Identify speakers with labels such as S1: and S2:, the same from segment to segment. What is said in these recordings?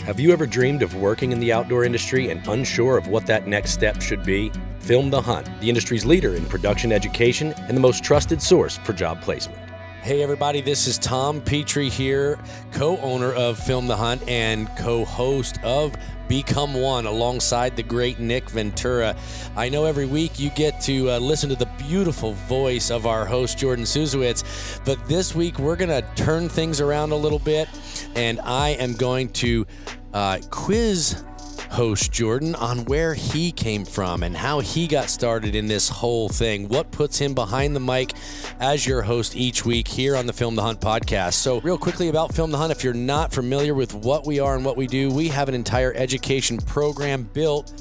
S1: Have you ever dreamed of working in the outdoor industry and unsure of what that next step should be? Film the Hunt, the industry's leader in production education and the most trusted source for job placement. Hey, everybody, this is Tom Petrie here, co owner of Film the Hunt and co host of Become One alongside the great Nick Ventura. I know every week you get to uh, listen to the beautiful voice of our host, Jordan Suzowitz, but this week we're going to turn things around a little bit, and I am going to uh, quiz host Jordan on where he came from and how he got started in this whole thing. What puts him behind the mic as your host each week here on the Film the Hunt podcast. So, real quickly about Film the Hunt, if you're not familiar with what we are and what we do, we have an entire education program built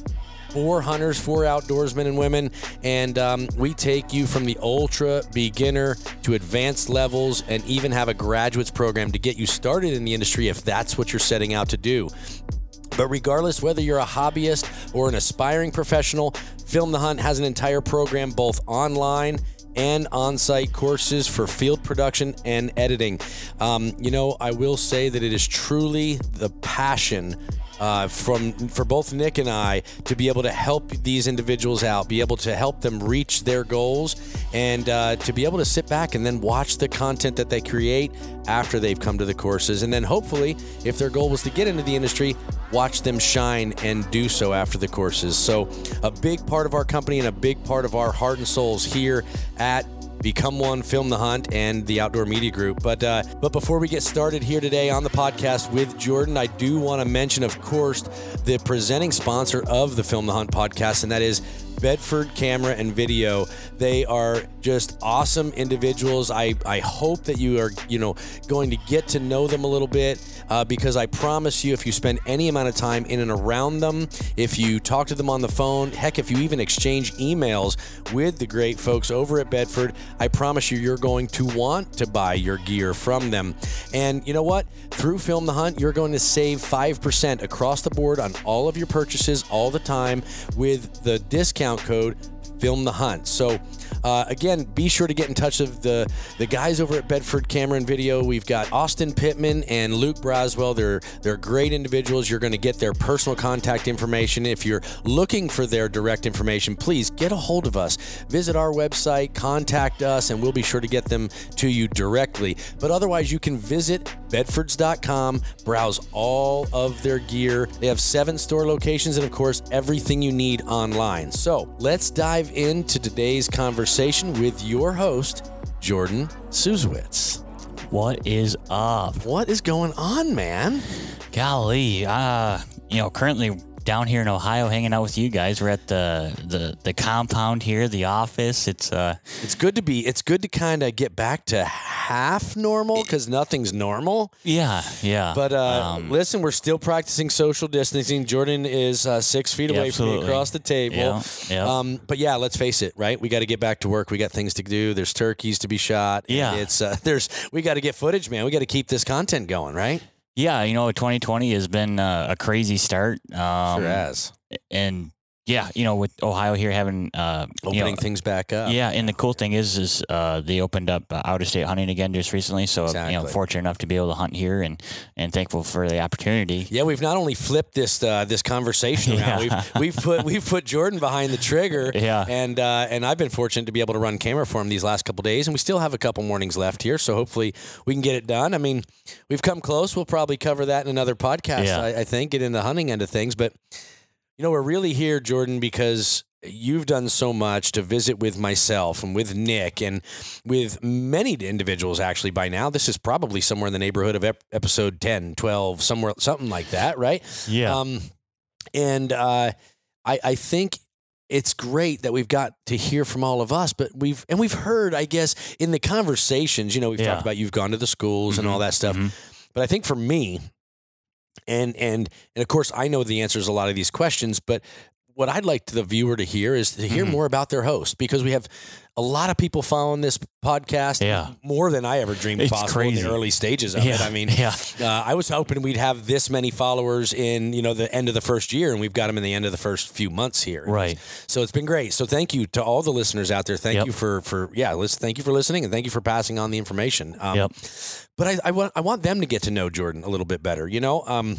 S1: for hunters, for outdoorsmen and women. And um, we take you from the ultra beginner to advanced levels and even have a graduates program to get you started in the industry if that's what you're setting out to do. But regardless whether you're a hobbyist or an aspiring professional, Film the Hunt has an entire program both online and on site courses for field production and editing. Um, you know, I will say that it is truly the passion. Uh, from for both Nick and I to be able to help these individuals out, be able to help them reach their goals, and uh, to be able to sit back and then watch the content that they create after they've come to the courses, and then hopefully, if their goal was to get into the industry, watch them shine and do so after the courses. So, a big part of our company and a big part of our heart and souls here at Become One, Film the Hunt, and the Outdoor Media Group. But uh, but before we get started here today on the podcast with Jordan, I do want to mention, of course, the presenting sponsor of the Film the Hunt podcast, and that is Bedford Camera and Video. They are just awesome individuals. I, I hope that you are, you know, going to get to know them a little bit uh, because I promise you, if you spend any amount of time in and around them, if you talk to them on the phone, heck, if you even exchange emails with the great folks over at Bedford, I promise you, you're going to want to buy your gear from them. And you know what? Through Film the Hunt, you're going to save 5% across the board on all of your purchases all the time with the discount code film the hunt so uh, again be sure to get in touch with the the guys over at bedford cameron video we've got austin pittman and luke braswell they're they're great individuals you're going to get their personal contact information if you're looking for their direct information please get a hold of us visit our website contact us and we'll be sure to get them to you directly but otherwise you can visit bedfords.com browse all of their gear they have seven store locations and of course everything you need online so let's dive into today's conversation with your host, Jordan Suzowitz.
S2: What is up?
S1: What is going on, man?
S2: Golly, uh, you know, currently down here in Ohio, hanging out with you guys. We're at the the, the compound here, the office. It's uh,
S1: It's good to be. It's good to kind of get back to half normal because nothing's normal.
S2: yeah, yeah.
S1: But uh,
S2: Um,
S1: listen, we're still practicing social distancing. Jordan is uh, six feet
S2: Yeah,
S1: away from me
S2: absolutely.
S1: across the table.
S2: Yeah, yeah.
S1: Um, but yeah, let's face it, right? We got to get back to work. We got things to do. There's turkeys to be shot. and
S2: Yeah.
S1: It's uh, there's we got to get footage, man. We got to keep this content going, right?
S2: yeah, you know, 2020 has been uh, a crazy start. Um,
S1: sure has.
S2: and yeah, you know, with Ohio here having uh, you know,
S1: Opening things back up.
S2: Yeah, and the cool thing is, is uh, they opened up uh, out of state hunting again just recently. So you know,
S1: Exactly.
S2: fortunate enough to be able to hunt here, and and thankful for the opportunity.
S1: Yeah, we've not only flipped this uh, this conversation around,
S2: Yeah.
S1: we've, we've put we've put Jordan behind the trigger,
S2: Yeah.
S1: and uh, and I've been fortunate to be able to run camera for him these last couple days, and we still have a couple mornings left here, so hopefully we can get it done. I mean, we've come close. We'll probably cover that in another podcast,
S2: Yeah.
S1: I, I think, get in the hunting end of things. But you know, we're really here, Jordan, because you've done so much to visit with myself and with Nick and with many individuals actually by now. This is probably somewhere in the neighborhood of ep- episode 10, 12, somewhere something like that, right?
S2: Yeah,
S1: Um, and uh, I, I think it's great that we've got to hear from all of us, but we've and we've heard, I guess, in the conversations. You know, we've
S2: Yeah.
S1: talked about you've gone to the schools and all that stuff,
S2: Mhm.
S1: but I think for me, and and and of course, I know the answers to a lot of these questions, but. What I'd like to the viewer to hear is to hear
S2: Mhm.
S1: more about their host because we have a lot of people following this podcast
S2: Yeah.
S1: more than I ever dreamed
S2: It's
S1: possible in
S2: crazy.
S1: the early stages of
S2: yeah.
S1: it. I mean,
S2: yeah,
S1: uh, I was hoping we'd have this many followers in you know the end of the first year, and we've got them in the end of the first few months here.
S2: right.
S1: So it's been great. So thank you to all the listeners out there. Thank
S2: Yep.
S1: you for for yeah, listen, thank you for listening, and thank you for passing on the information. Um,
S2: Yep.
S1: But I, I want I want them to get to know Jordan a little bit better. You know, um,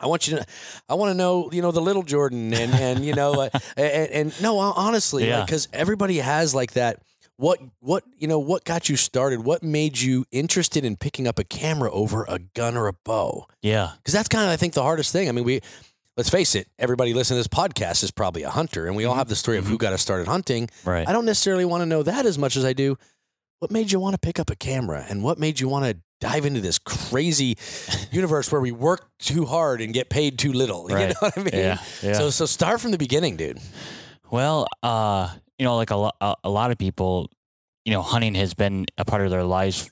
S1: I want you to, I want to know, you know, the little Jordan and, and, you know, uh, and, and no, hon- honestly,
S2: Yeah.
S1: because everybody has like that. What, what, you know, what got you started? What made you interested in picking up a camera over a gun or a bow?
S2: Yeah.
S1: Because that's kind of, I think, the hardest thing. I mean, we, let's face it, everybody listening to this podcast is probably a hunter, and we
S2: Mm-hmm.
S1: all have the story of who got us started hunting.
S2: Right.
S1: I don't necessarily want to know that as much as I do. What made you want to pick up a camera and what made you want to dive into this crazy universe where we work too hard and get paid too little? You
S2: Right.
S1: know what I mean?
S2: Yeah. Yeah.
S1: So, so start from the beginning, dude.
S2: Well, uh, you know, like a, lo- a a lot of people, you know, hunting has been a part of their lives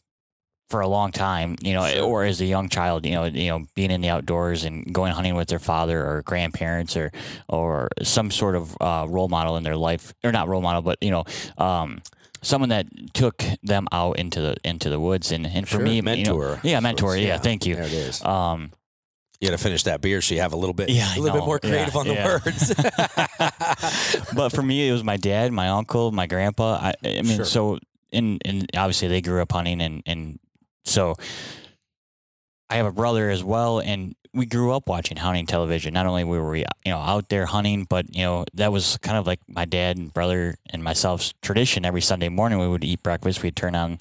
S2: for a long time, you know,
S1: Sure.
S2: or as a young child, you know, you know, being in the outdoors and going hunting with their father or grandparents or or some sort of uh, role model in their life, or not role model, but you know, um, someone that took them out into the into the woods. And and for
S1: Sure.
S2: me, you know,
S1: mentor.
S2: yeah, mentor, yeah, thank you.
S1: There it is.
S2: Um,
S1: You got to finish that beer so you have a little bit,
S2: Yeah, I
S1: a little bit
S2: know.
S1: more creative
S2: Yeah,
S1: on the
S2: yeah.
S1: words.
S2: but for me, it was my dad, my uncle, my grandpa. I, I mean,
S1: Sure.
S2: so and and obviously they grew up hunting, and and so I have a brother as well, and we grew up watching hunting television. Not only were we you know out there hunting, but you know that was kind of like my dad and brother and myself's tradition. Every Sunday morning, we would eat breakfast. We'd turn on.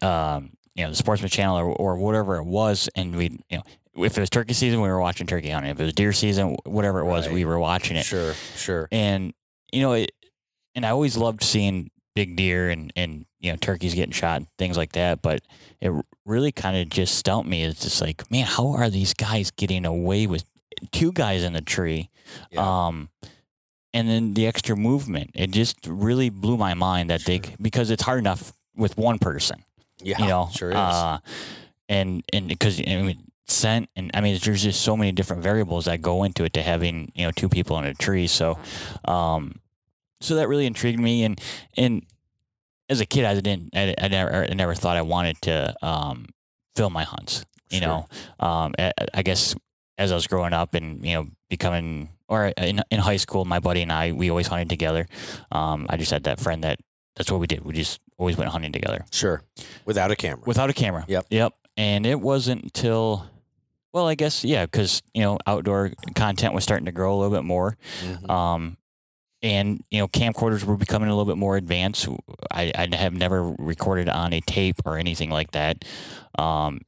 S2: Um, you know the Sportsman Channel or, or whatever it was, and we you know if it was turkey season, we were watching turkey hunting. If it was deer season, whatever it was,
S1: Right.
S2: we were watching it
S1: sure, sure.
S2: and you know it, and I always loved seeing big deer and and you know turkeys getting shot and things like that but it really kind of just stumped me it's just like man how are these guys getting away with two guys in the tree
S1: Yeah.
S2: um and then the extra movement it just really blew my mind that they
S1: Sure.
S2: c- because it's hard enough with one person
S1: Yeah,
S2: you know
S1: sure is.
S2: uh and and because I mean, scent and i mean there's just so many different variables that go into it to having you know two people in a tree so um so that really intrigued me and and as a kid i didn't i, I never i never thought i wanted to um film my hunts you
S1: Sure.
S2: know um I, I guess as i was growing up and you know becoming or in, in high school my buddy and i we always hunted together um i just had that friend that that's what we did we just always went hunting together
S1: sure. Without a camera.
S2: Without a camera.
S1: Yep.
S2: Yep. And it wasn't until, well, I guess, yeah, because, you know, outdoor content was starting to grow a little bit more.
S1: Mhm.
S2: Um, and, you know, camcorders were becoming a little bit more advanced. I, I have never recorded on a tape or anything like that. Um,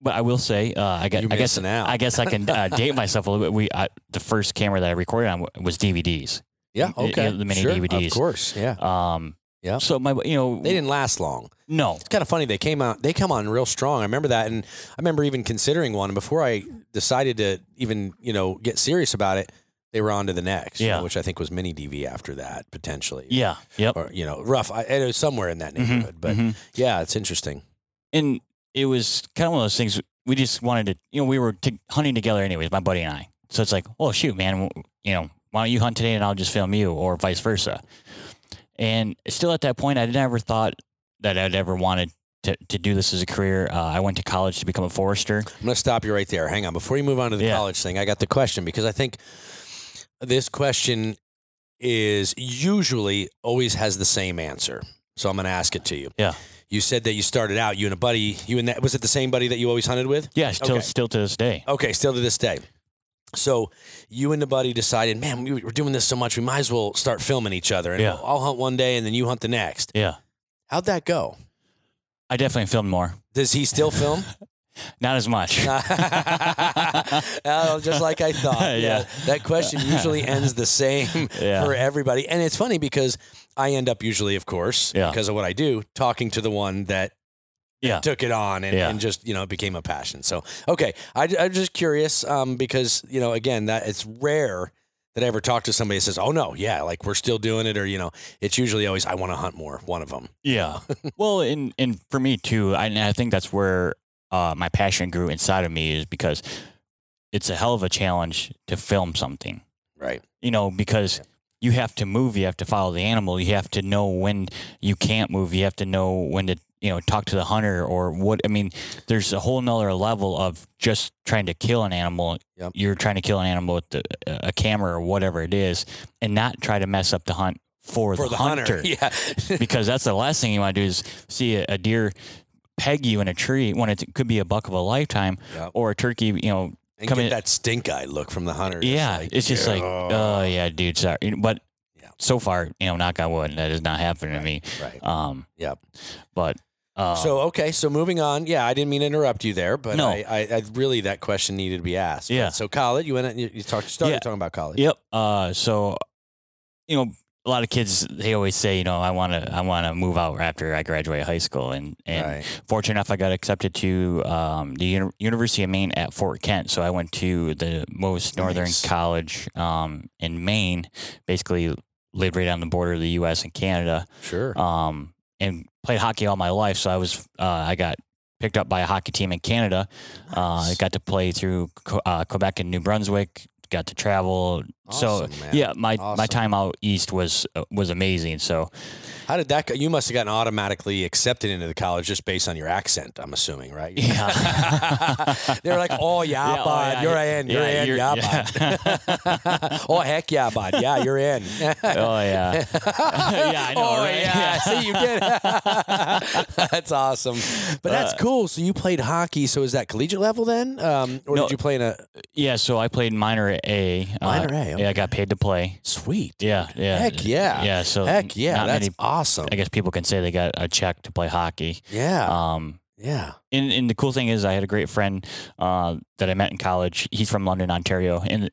S2: but I will say, uh, I, got,
S1: You're
S2: I guess
S1: missing out.
S2: I guess I can uh, date myself a little bit. We I, the first camera that I recorded on was DVDs.
S1: yeah,
S2: y-
S1: okay.
S2: yeah, the mini
S1: sure,
S2: DVDs.
S1: Of course, yeah.
S2: Um,
S1: Yep.
S2: So my, you know,
S1: They didn't last long.
S2: no,
S1: it's kind of funny they came out they come on real strong i remember that and i remember even considering one and before i decided to even you know get serious about it they were on to the next you
S2: Yeah.
S1: know, which i think was mini dv after that potentially
S2: yeah, yep.
S1: or you know rough I, it was somewhere in that
S2: Mhm,
S1: neighborhood but
S2: mhm.
S1: yeah it's interesting
S2: and it was kind of one of those things we just wanted to you know we were t- hunting together anyways my buddy and i so it's like oh shoot man w- you know why don't you hunt today and i'll just film you or vice versa and still at that point i never thought that i'd ever wanted to, to do this as a career uh, i went to college to become a forester
S1: i'm going to stop you right there hang on before you move on to the
S2: Yeah.
S1: college thing i got the question because i think this question is usually always has the same answer so i'm going to ask it to you
S2: Yeah.
S1: you said that you started out you and a buddy you and that was it the same buddy that you always hunted with
S2: yeah still
S1: Okay. Oh.
S2: still to this day
S1: Okay, still to this day. So you and the buddy decided, man, we were doing this so much, we might as well start filming each other. And
S2: Yeah.
S1: I'll hunt one day, and then you hunt the next.
S2: yeah
S1: How'd that go?
S2: i definitely filmed more
S1: Does he still film?
S2: not as much
S1: Oh, just like I thought. Yeah.
S2: Yeah.
S1: That question usually ends the same
S2: Yeah.
S1: for everybody. And it's funny because I end up usually, of course,
S2: Yeah.
S1: because of what I do, talking to the one that
S2: yeah
S1: took it on and,
S2: Yeah.
S1: and just you know it became a passion so okay I, am just curious um, because you know again that it's rare that i ever talk to somebody that says oh no yeah like we're still doing it or you know it's usually always i want to hunt more one of them
S2: Yeah. well, and and for me too, I, and I think that's where uh, my passion grew inside of me is because it's a hell of a challenge to film something.
S1: right
S2: You know, because you have to move, you have to follow the animal, you have to know when you can't move, you have to know when to you know talk to the hunter or what. I mean, there's a whole nother level of just trying to kill an animal.
S1: Yep.
S2: You're trying to kill an animal with the, a camera or whatever it is, and not try to mess up the hunt for,
S1: for the, hunter, yeah
S2: because that's the last thing you want to do is see a, a deer peg you in a tree when it could be a buck of a lifetime
S1: Yep.
S2: or a turkey, you know,
S1: and
S2: come
S1: get
S2: in-
S1: that stink eye look from the hunter.
S2: yeah, it's just like, oh yeah, dude, sorry. You know, But
S1: Yeah.
S2: so far, you know, knock on wood, that has not happened to me.
S1: right.
S2: Um,
S1: Yep.
S2: But uh,
S1: so okay, so moving on. Yeah, I didn't mean to interrupt you there, but
S2: No.
S1: I, I, I really that question needed to be asked. But-
S2: Yeah.
S1: So college, you went you, you talked started
S2: Yeah.
S1: talking about college.
S2: Yep. Uh, so, you know, a lot of kids they always say, you know, I want to, I want to move out after I graduate high school, and and
S1: Right.
S2: fortunate enough, I got accepted to um, the Uni- University of Maine at Fort Kent. So I went to the most northern
S1: Nice.
S2: college um, in Maine, basically lived right on the border of the U.S. and Canada,
S1: Sure.
S2: um, and played hockey all my life. So I was, uh, I got picked up by a hockey team in Canada. Uh, I
S1: Nice.
S2: got to play through Co- uh, Quebec and New Brunswick. Got to travel, so
S1: Awesome, man.
S2: yeah, my my
S1: Awesome.
S2: time out east was uh, was amazing. So
S1: How did that go? You must have gotten automatically accepted into the college just based on your accent, I'm assuming, right?
S2: Yeah.
S1: They're like, oh, yeah,
S2: Yeah, oh,
S1: bud,
S2: yeah,
S1: you're in, you're
S2: yeah,
S1: in,
S2: you're-
S1: yeah,
S2: yeah."
S1: bud. oh, heck yeah, bud. Yeah, you're in. yeah,
S2: oh yeah, I know,
S1: oh,
S2: right?
S1: yeah.
S2: Yeah.
S1: See, you did. that's awesome. But that's
S2: Uh,
S1: cool. So you played hockey. So is that collegiate level then? Um, or
S2: No.
S1: did you play in a
S2: yeah. So I played minor A. uh,
S1: minor A? Oh,
S2: Yeah, I got paid to play.
S1: Sweet.
S2: Yeah, yeah.
S1: Heck yeah.
S2: Yeah. So
S1: Heck yeah.
S2: not
S1: That's
S2: many-
S1: awesome.
S2: I guess people can say they got a check to play hockey.
S1: Yeah.
S2: Um,
S1: yeah.
S2: and, and the cool thing is, I had a great friend uh, that I met in college. He's from London, Ontario, and,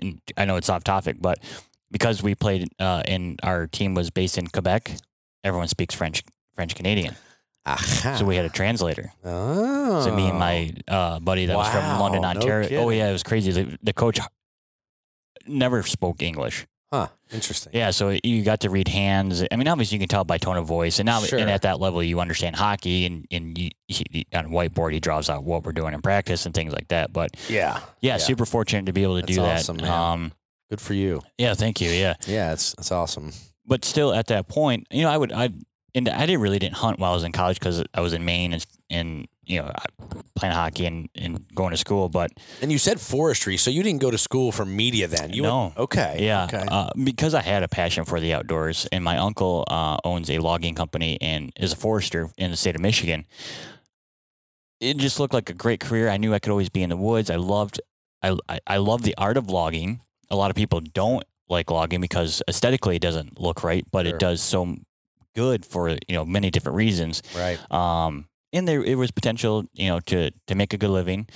S2: and I know it's off topic, but because we played uh, and our team was based in Quebec, everyone speaks French French Canadian,
S1: Aha.
S2: so we had a translator.
S1: Ah. Oh.
S2: So me and my uh, buddy that was from London,
S1: Wow, no
S2: Ontario. oh
S1: kidding.
S2: yeah, it was crazy. The, the coach never spoke English.
S1: Oh. Huh. Interesting.
S2: Yeah, so you got to read hands. I mean, obviously you can tell by tone of voice, and now
S1: Sure.
S2: and at that level you understand hockey, and and you, he, on a whiteboard he draws out what we're doing in practice and things like that. But
S1: Yeah.
S2: yeah,
S1: Yeah.
S2: super fortunate to be able to do
S1: That's awesome,
S2: that.
S1: man.
S2: Um,
S1: Good for you.
S2: yeah, thank you. Yeah,
S1: Yeah, it's it's awesome.
S2: but still at that point, you know, I would I and I didn't really didn't hunt while I was in college because I was in Maine and and you know I- playing hockey and and going to school, but
S1: And you said forestry, so you didn't go to school for media then. You
S2: No.
S1: okay.
S2: Yeah,
S1: Okay.
S2: uh, because I had a passion for the outdoors, and my uncle uh, owns a logging company and is a forester in the state of Michigan. It just looked like a great career. I knew I could always be in the woods. I loved, I I, I love the art of logging. A lot of people don't like logging because aesthetically it doesn't look right, but
S1: Sure.
S2: it does so good for you know many different reasons
S1: right.
S2: um, and there it was potential, you know, to to make a good living.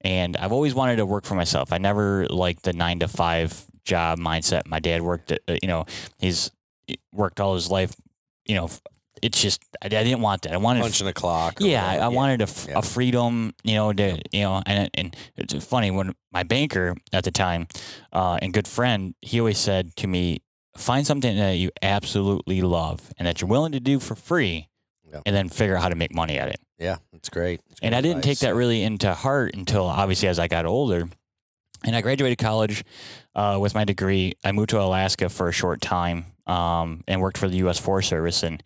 S2: And I've always wanted to work for myself. I never liked the nine to five job mindset. My dad worked, at, uh, you know, he's he worked all his life. You know, it's just I, I didn't want that. I wanted
S1: Punching a clock. or
S2: yeah, I, I
S1: whatever.
S2: wanted a, f-
S1: Yeah.
S2: a freedom, you know, to, you know, and and it's funny when my banker at the time, uh, and good friend, he always said to me, find something that you absolutely love and that you're willing to do for free,
S1: Yeah.
S2: and then figure out how to make money at it.
S1: Yeah, that's great. That's
S2: And
S1: good
S2: I didn't take
S1: advice.
S2: that really into heart until obviously as I got older. And I graduated college uh, with my degree. I moved to Alaska for a short time um, and worked for the U.S. Forest Service. And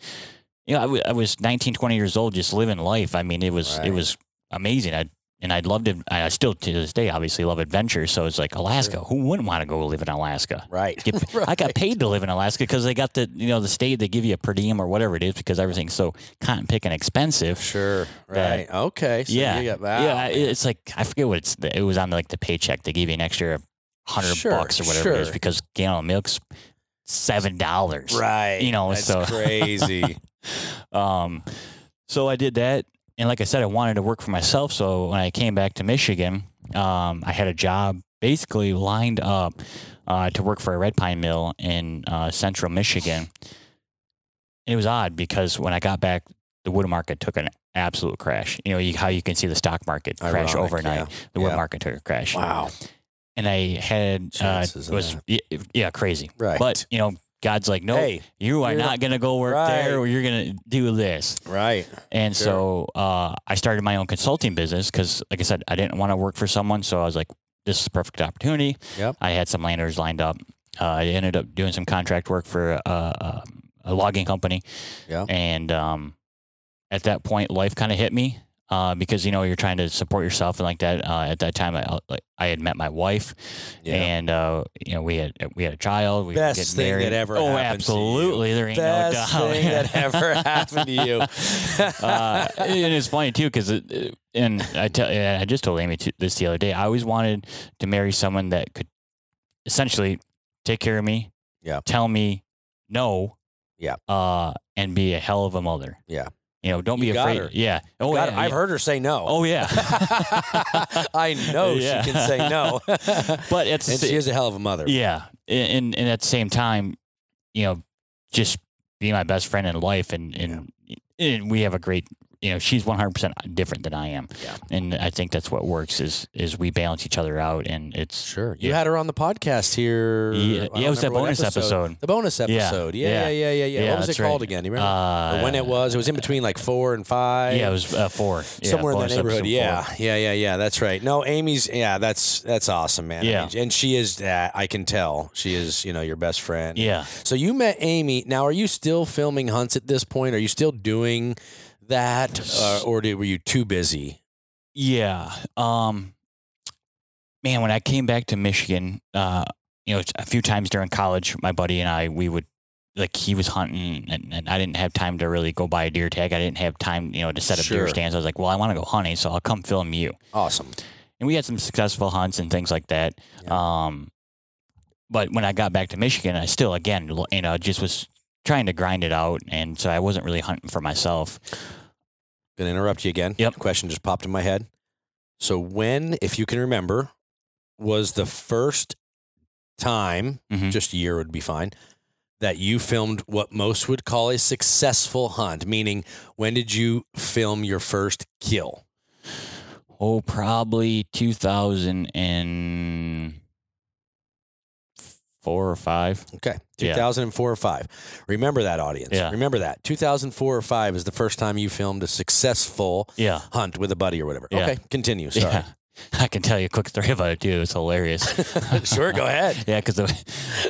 S2: you know, I, w- I was 19, 20 years old, just living life. I mean, it was
S1: Right.
S2: it was amazing. I and I'd loved it. I I still to this day obviously love adventure. So it's like Alaska. Who wouldn't want to go live in Alaska?
S1: Right.
S2: Get- I got paid to live in Alaska because they got the you know the state they give you a per diem or whatever it is because everything's so cotton picking expensive.
S1: Sure.
S2: that-
S1: Right. okay. So
S2: Yeah.
S1: You got
S2: Yeah, I- it's like I forget what it's. It was on like the paycheck. They gave you an extra hundred
S1: Sure,
S2: bucks or whatever it is
S1: sure.
S2: because gallon of milk's seven dollars.
S1: Right.
S2: you know,
S1: That's
S2: so-
S1: crazy.
S2: Um, so I did that, and like I said, I wanted to work for myself. So when I came back to Michigan, um, I had a job basically lined up uh, to work for a red pine mill in uh, central Michigan. And it was odd because when I got back, the wood market took an absolute crash. You know you, how you can see the stock market crash
S1: Ironic,
S2: overnight. The wood
S1: Yeah.
S2: market took a crash.
S1: yeah. Wow.
S2: And I had uh,
S1: Chances of
S2: was
S1: that.
S2: yeah, yeah crazy,
S1: Right.
S2: but you know God's like no.
S1: hey.
S2: You are
S1: you're
S2: not gonna go work there,
S1: Right.
S2: or you're gonna do this.
S1: Right.
S2: And
S1: Sure.
S2: so uh, I started my own consulting business because, like I said, I didn't want to work for someone. So I was like, this is a perfect opportunity.
S1: Yep.
S2: I had some landers lined up. Uh, I ended up doing some contract work for uh, uh, a logging company.
S1: Yeah.
S2: And um, at that point, life kind of hit me. uh, because you know you're trying to support yourself and like that. Uh, at that time, I like, I had met my wife,
S1: Yeah.
S2: and uh, you know we had we had a child. We were
S1: Best
S2: getting
S1: thing that
S2: married.
S1: ever
S2: Oh,
S1: happened to you.
S2: absolutely. There ain't
S1: Best
S2: no doubt.
S1: thing that ever happened to you.
S2: uh, and it's funny too because and I tell and I just told Amy t- this the other day. I always wanted to marry someone that could essentially take care of me.
S1: Yeah.
S2: Tell me no.
S1: Yeah.
S2: Uh, and be a hell of a mother.
S1: Yeah.
S2: You know, don't
S1: You
S2: be
S1: got
S2: afraid.
S1: her.
S2: Yeah. Oh,
S1: God,
S2: yeah,
S1: I've
S2: yeah.
S1: heard her say no.
S2: Oh yeah.
S1: I know
S2: Yeah.
S1: she can say no.
S2: but it's
S1: and she is a hell of a mother.
S2: yeah, and, and at the same time, you know, just be my best friend in life, and and, and we have a great, you know, she's one hundred percent different than I am,
S1: Yeah.
S2: and I think that's what works is is we balance each other out, and it's
S1: Sure. You
S2: Yeah.
S1: had her on the podcast here. I
S2: yeah,
S1: don't
S2: yeah it was that
S1: remember what
S2: bonus episode.
S1: The bonus
S2: Yeah,
S1: episode. Yeah, yeah, yeah, yeah, yeah.
S2: yeah,
S1: What was it
S2: that's
S1: called
S2: right.
S1: again? You remember?
S2: Uh,
S1: Or when it was? It was in between like four and five.
S2: yeah, it was uh, four, yeah,
S1: somewhere in that
S2: bonus
S1: neighborhood.
S2: episode
S1: Yeah,
S2: four.
S1: yeah, yeah, yeah. That's right. No, Amy's. Yeah, that's that's awesome, man. I
S2: Yeah.
S1: mean, and she is. Uh, I can tell she is. You know, your best friend.
S2: yeah.
S1: So you met Amy. Now, are you still filming hunts at this point? Are you still doing that, uh, or did, were you too busy?
S2: Yeah. Um, man, when I came back to Michigan, uh, you know, a few times during college, my buddy and I, we would like he was hunting and, and I didn't have time to really go buy a deer tag. I didn't have time, you know, to set up
S1: Sure.
S2: deer stands. I was like, well, I want to go hunting, so I'll come film you.
S1: Awesome.
S2: And we had some successful hunts and things like that. Um, but when I got back to Michigan, I still, again, l- you know, just was trying to grind it out. And so I wasn't really hunting for myself.
S1: Gonna interrupt you again.
S2: Yep.
S1: Question just popped in my head. So when, if you can remember, was the first time,
S2: Mhm.
S1: just year would be fine, that you filmed what most would call a successful hunt? Meaning, when did you film your first kill?
S2: Oh, probably 2004 or five.
S1: Okay.
S2: Yeah.
S1: 2004 or 5. Remember that, audience.
S2: Yeah.
S1: Remember that. 2004 or 5 is the first time you filmed a successful
S2: Yeah.
S1: hunt with a buddy or whatever.
S2: Yeah.
S1: Okay. Continue. Sorry.
S2: Yeah. I can tell you a quick story about it too. It's hilarious.
S1: sure. Go ahead.
S2: Yeah, because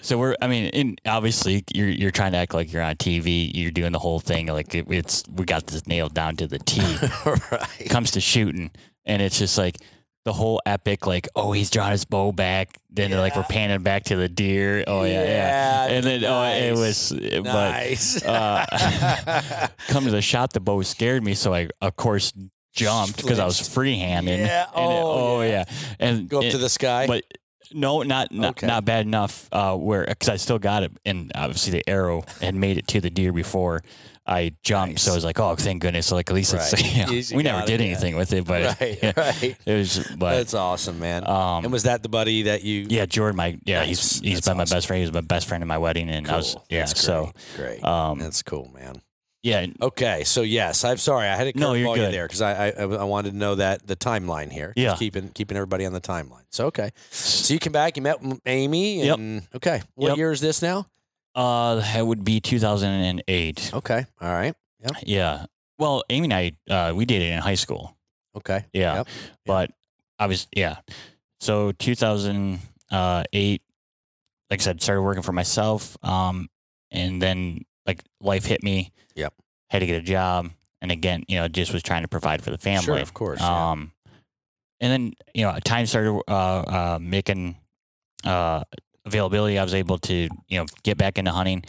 S2: so we're. I mean, in, obviously, you're you're trying to act like you're on TV. You're doing the whole thing like it, it's we got this nailed down to the T.
S1: All right.
S2: comes to shooting, and it's just like the whole epic. Like, oh, he's drawing his bow back. Then like we're panning back to the deer. Oh yeah, yeah. And then oh, it was. But
S1: nice.
S2: uh, come to the shot, the bow scared me, so I of course jumped because I was free handed.
S1: Yeah, oh, yeah.
S2: And
S1: go up to
S2: it-
S1: the sky.
S2: but no, not not,
S1: Okay.
S2: not bad enough. Uh, where because I still got it, and obviously the arrow had made it to the deer before I jumped, so I
S1: Nice.
S2: was like, oh, thank goodness. So like at least
S1: Right.
S2: it's you know,
S1: Easy
S2: we never
S1: got it,
S2: did
S1: yeah.
S2: anything with it, but
S1: right.
S2: yeah,
S1: Right.
S2: it was but
S1: That's awesome, man.
S2: um
S1: and was that the buddy that you?
S2: yeah, Jordan, my yeah,
S1: Nice.
S2: he's he's
S1: That's
S2: been my
S1: awesome.
S2: best friend. He was my best friend at my wedding, and I was
S1: Cool.
S2: yeah.
S1: That's
S2: So
S1: great. Great.
S2: um
S1: That's cool, man.
S2: yeah,
S1: Okay, so yes, I'm sorry. I had a
S2: No, you're
S1: curveball you
S2: good.
S1: there because I, I I wanted to know that the timeline here.
S2: Yeah.
S1: Just keeping keeping everybody on the timeline. So okay, so you came back, you met M- Amy,
S2: Yep.
S1: and okay, what
S2: Yep.
S1: year is this now?
S2: Uh, that would be 2008.
S1: Okay, all right,
S2: Yeah. Well, Amy and I, uh, we dated in high school.
S1: okay,
S2: Yeah.
S1: Yep.
S2: But I was, yeah. So 2008, like I said, started working for myself. Um, and then like life hit me.
S1: Yep.
S2: Had to get a job. And again, you know, just was trying to provide for the family.
S1: sure, of course. yeah.
S2: Um, and then you know, time started uh, uh, making uh, availability. I was able to you know get back into hunting,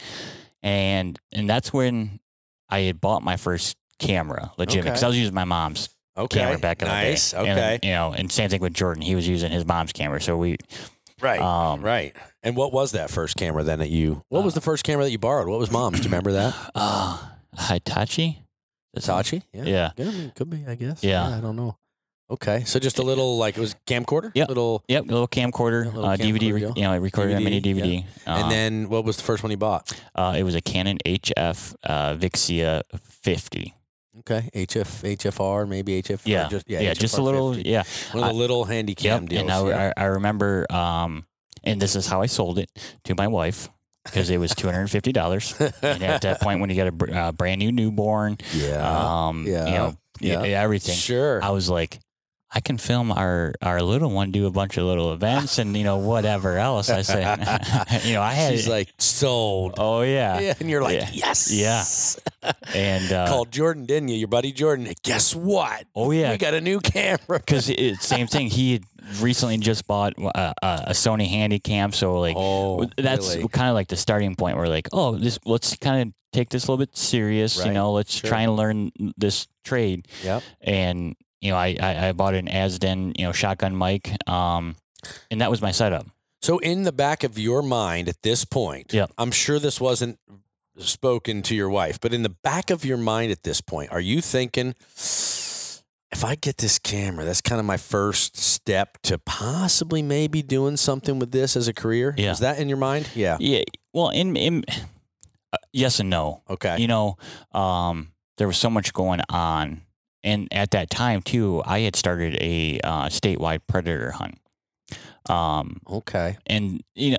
S2: and and that's when I had bought my first camera, legitimate, because I was using my mom's
S1: okay,
S2: camera back in
S1: nice.
S2: the day.
S1: Okay,
S2: And then, you know, and same thing with Jordan. He was using his mom's camera, so we
S1: right,
S2: um,
S1: right. And what was that first camera then that you? What was
S2: Uh,
S1: the first camera that you borrowed? What was mom's? Do you remember that?
S2: uh, Hitachi, Is that-
S1: Hitachi? Yeah.
S2: Yeah.
S1: Yeah, I mean, could be, I guess.
S2: Yeah.
S1: I don't know. Okay, so just a little like it was camcorder.
S2: Yep.
S1: Little,
S2: Yep, little camcorder,
S1: Yeah, little
S2: uh, DVD,
S1: camcorder deal.
S2: re- you know, I recorded a
S1: DVD,
S2: mini DVD. Uh,
S1: and then what was the first one you bought?
S2: uh, it was a Canon HF uh, Vixia 50.
S1: Okay, HF, HFR, maybe HF.
S2: Yeah,
S1: just,
S2: yeah, just a
S1: HFR
S2: little,
S1: 50.
S2: yeah.
S1: One of the little handy cam
S2: Yep.
S1: deals.
S2: And I,
S1: yeah.
S2: I, I remember, um, and this is how I sold it to my wife because it was two hundred and fifty dollars. and at that point, when you got a br- uh, brand new newborn,
S1: yeah,
S2: um,
S1: yeah,
S2: you know,
S1: yeah.
S2: yeah. everything,
S1: sure.
S2: I was like. I can film our, our little one do a bunch of little events and you know whatever else I said. you know I had
S1: She's like sold.
S2: oh yeah.
S1: yeah, and you're like
S2: yeah.
S1: yes.
S2: and uh,
S1: Called Jordan, didn't you? Your buddy Jordan. "Hey, Guess what?
S2: oh yeah,
S1: We got a new camera.
S2: because it's same thing. He had recently just bought a, a Sony Handycam, so like
S1: oh,
S2: that's
S1: really?
S2: kind of like the starting point. Where like, oh, this let's kind of take this a little bit serious.
S1: Right,
S2: You know, let's
S1: sure.
S2: try and learn this trade.
S1: Yep.
S2: And you know, I, I I bought an Asden you know shotgun mic, um, and that was my setup.
S1: So, in the back of your mind at this point,
S2: Yep.
S1: I'm sure this wasn't spoken to your wife, but in the back of your mind at this point, are you thinking, if I get this camera, that's kind of my first step to possibly maybe doing something with this as a career?
S2: Yeah.
S1: Is that in your mind? Yeah.
S2: Yeah. Well, in in uh, yes and no.
S1: Okay.
S2: you know, um, there was so much going on. And at that time, too, I had started a uh, statewide predator hunt. Um,
S1: Okay.
S2: and, you know,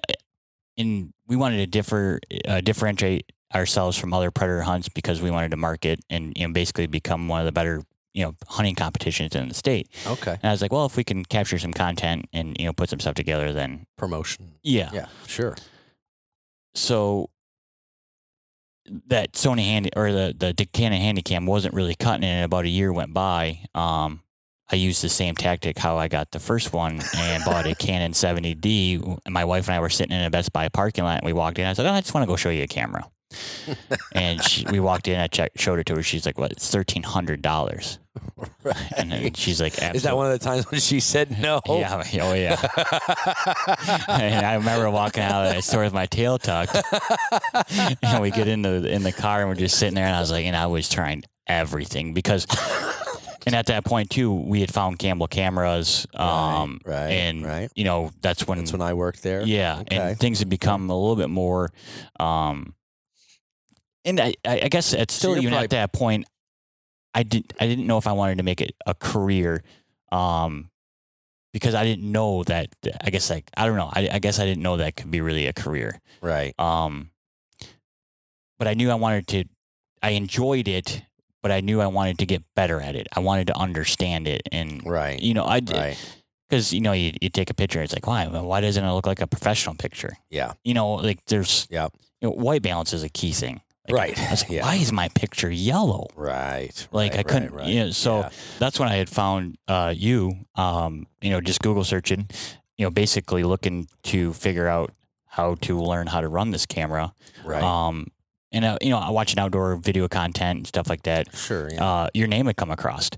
S2: and we wanted to differ, uh, differentiate ourselves from other predator hunts because we wanted to market and, you know, basically become one of the better, you know, hunting competitions in the state.
S1: Okay.
S2: And I was like, well, if we can capture some content and, you know, put some stuff together, then
S1: Promotion.
S2: yeah,
S1: Yeah. Sure.
S2: so that Sony hand or the the Dick Cannon Handycam wasn't really cutting it. And about a year went by. Um, I used the same tactic how I got the first one and bought a Canon 70D. And my wife and I were sitting in a Best Buy parking lot. And we walked in. I said, "Oh, I just want to go show you a camera." and she, we walked in. I checked, showed it to her. She's like, "What? It's thirteen hundred dollars." And then she's like,
S1: Is that
S2: "Absolute-
S1: one of the times when she said no?
S2: Yeah. Oh yeah." and I remember walking out of that store with my tail tucked. and we get in the in the car and we're just sitting there and I was like, and I was trying everything because and at that point too, we had found Campbell cameras. Um
S1: right, right,
S2: and
S1: right.
S2: you know, that's when,
S1: That's when I worked there.
S2: Yeah.
S1: Okay.
S2: And things had become a little bit more um and I, I I guess it's still
S1: you're
S2: even
S1: probably-
S2: at that point I didn't I didn't know if I wanted to make it a career. Um because I didn't know that, I guess like I don't know. I, I guess I didn't know that could be really a career.
S1: Right.
S2: Um, but I knew I wanted to, I enjoyed it, but I knew I wanted to get better at it. I wanted to understand it. And,
S1: Right.
S2: you know, I,
S1: Right.
S2: because, you know, you, you take a picture, it's like, why, why doesn't it look like a professional picture?
S1: Yeah.
S2: You know, like there's,
S1: Yeah.
S2: you know, white balance is a key thing. Like,
S1: Right.
S2: I was like,
S1: Yeah.
S2: why is my picture yellow?
S1: Right.
S2: Like
S1: right,
S2: I
S1: right,
S2: couldn't,
S1: right.
S2: you know, so
S1: Yeah.
S2: that's when I had found uh, you, um, you know, just Google searching, you know, basically looking to figure out how to learn how to run this camera.
S1: Right.
S2: Um, and uh, you know, I watching outdoor video content and stuff like that.
S1: sure. Yeah.
S2: Uh, your name had come across.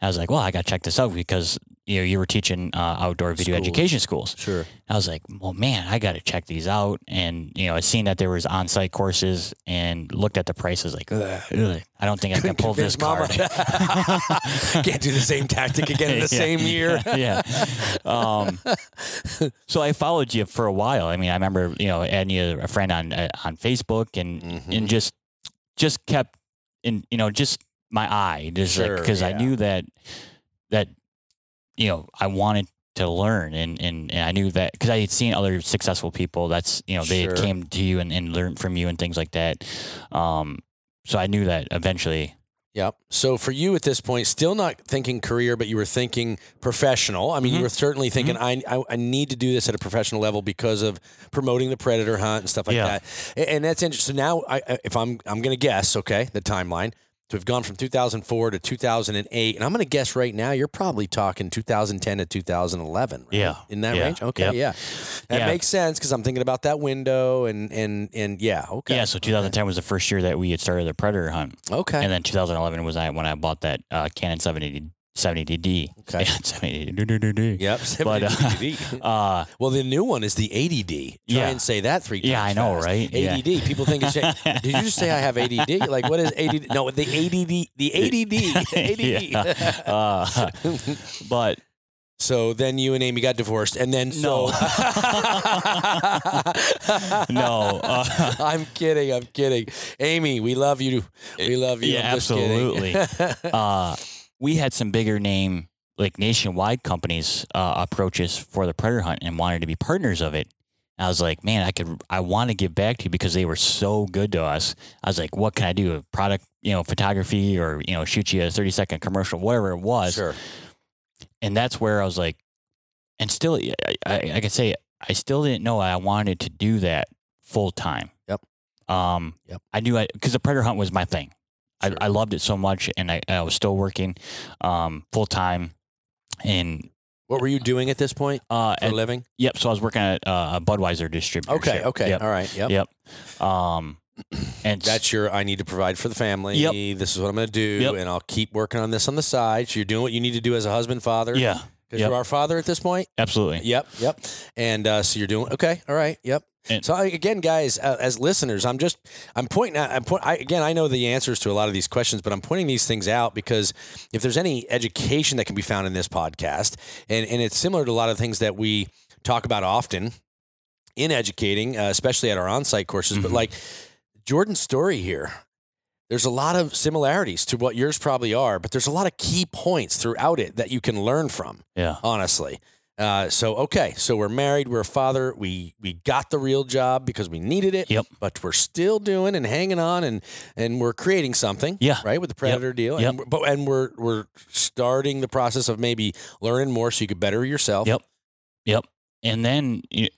S2: I was like, well, I got to check this out because you know you were teaching uh, outdoor video
S1: Schools.
S2: education schools.
S1: sure.
S2: I was like, well, man, I got to check these out. And you know, I seen that there was on-site courses and looked at the prices. Like, ugh, ugh, I don't think I can
S1: Couldn't
S2: pull this
S1: convince mama.
S2: card.
S1: Can't do the same tactic again in the same year.
S2: yeah. Um, so I followed you for a while. I mean, I remember you know adding you a friend on uh, on Facebook and
S1: Mhm.
S2: and just just kept in you know just my eye just like
S1: Sure,
S2: because I
S1: yeah.
S2: knew that that you know I wanted to learn and and, and I knew that because I had seen other successful people that's you know they had
S1: Sure.
S2: came to you and, and learned from you and things like that um so I knew that eventually
S1: Yep. So for you at this point, still not thinking career, but you were thinking professional. I mean, you
S2: Mhm.
S1: were certainly thinking,
S2: Mm-hmm.
S1: I, I I need to do this at a professional level because of promoting the predator hunt and stuff like
S2: Yeah.
S1: that. A- And that's interesting. So now, I, I- if I'm I'm going to guess, okay, the timeline. So we've gone from 2004 to 2008, and I'm going to guess right now you're probably talking 2010 to 2011. Right?
S2: Yeah.
S1: In that
S2: Yeah.
S1: range. Okay.
S2: Yep.
S1: Yeah. That
S2: Yeah.
S1: makes sense because I'm thinking about that window and and and yeah. Okay.
S2: yeah so 2010 was the first year that we had started the predator hunt
S1: Okay.
S2: and then 2011 was I when I bought that uh, Canon 70 70DD
S1: Okay.
S2: 70DD
S1: Yep.
S2: But, uh,
S1: 70.
S2: uh
S1: Well, the new one is the ADD. Try
S2: Yeah.
S1: and say that three times.
S2: yeah I know
S1: fast.
S2: right yeah.
S1: ADD. People think it's. Did you just say I have ADD? Like, what is ADD? No, the ADD. The ADD. E. ADD.
S2: Yeah. Uh, but
S1: so then you and Amy got divorced, and then so.
S2: No. No, uh,
S1: I'm kidding. I'm kidding. Amy, we love you. We love you.
S2: Yeah,
S1: I'm just kidding.
S2: uh, we had some bigger name, like nationwide companies, uh, approach us for the predator hunt and wanted to be partners of it. I was like, man, I could, I want to give back to you because they were so good to us. I was like, what can I do? A product, you know, photography or, you know, shoot you a 30 second commercial, whatever it was.
S1: sure.
S2: and that's where I was like, and still, I, I, I can say I still didn't know I wanted to do that Um, full time.
S1: Yep.
S2: Um,
S1: Yep.
S2: I knew I because the predator hunt was my thing. I, I loved it so much, and I, I was still working um, full time. And
S1: What were you doing at this point
S2: uh,
S1: for
S2: at-
S1: a living?
S2: yep, so I was working at uh, a Budweiser distributor.
S1: Okay, okay,
S2: Yep.
S1: all right, yep.
S2: Yep. Um, and
S1: That's your. I need to provide for the family. This is what I'm going to do,
S2: Yep.
S1: and I'll keep working on this on the side. So you're doing what you need to do as a husband, father.
S2: yeah,
S1: because
S2: yep.
S1: you're our father at this point.
S2: absolutely.
S1: Yep, yep. And uh, so you're doing okay. All right. Yep.
S2: And-
S1: so I, again, guys, uh, as listeners, I'm just I'm pointing out. I'm point, I, again, I know the answers to a lot of these questions, but I'm pointing these things out because if there's any education that can be found in this podcast, and and it's similar to a lot of things that we talk about often in educating, uh, especially at our on-site courses, but
S2: Mhm.
S1: like Jordan's story here. There's a lot of similarities to what yours probably are, but there's a lot of key points throughout it that you can learn from
S2: Yeah.
S1: honestly. Uh, so okay, so we're married, we're a father, we we got the real job because we needed it.
S2: Yep.
S1: But we're still doing and hanging on, and and we're creating something.
S2: Yeah.
S1: Right with the predator deal.
S2: Yep.
S1: And, we're- but and we're we're starting the process of maybe learning more so you could better yourself.
S2: Yep. and then you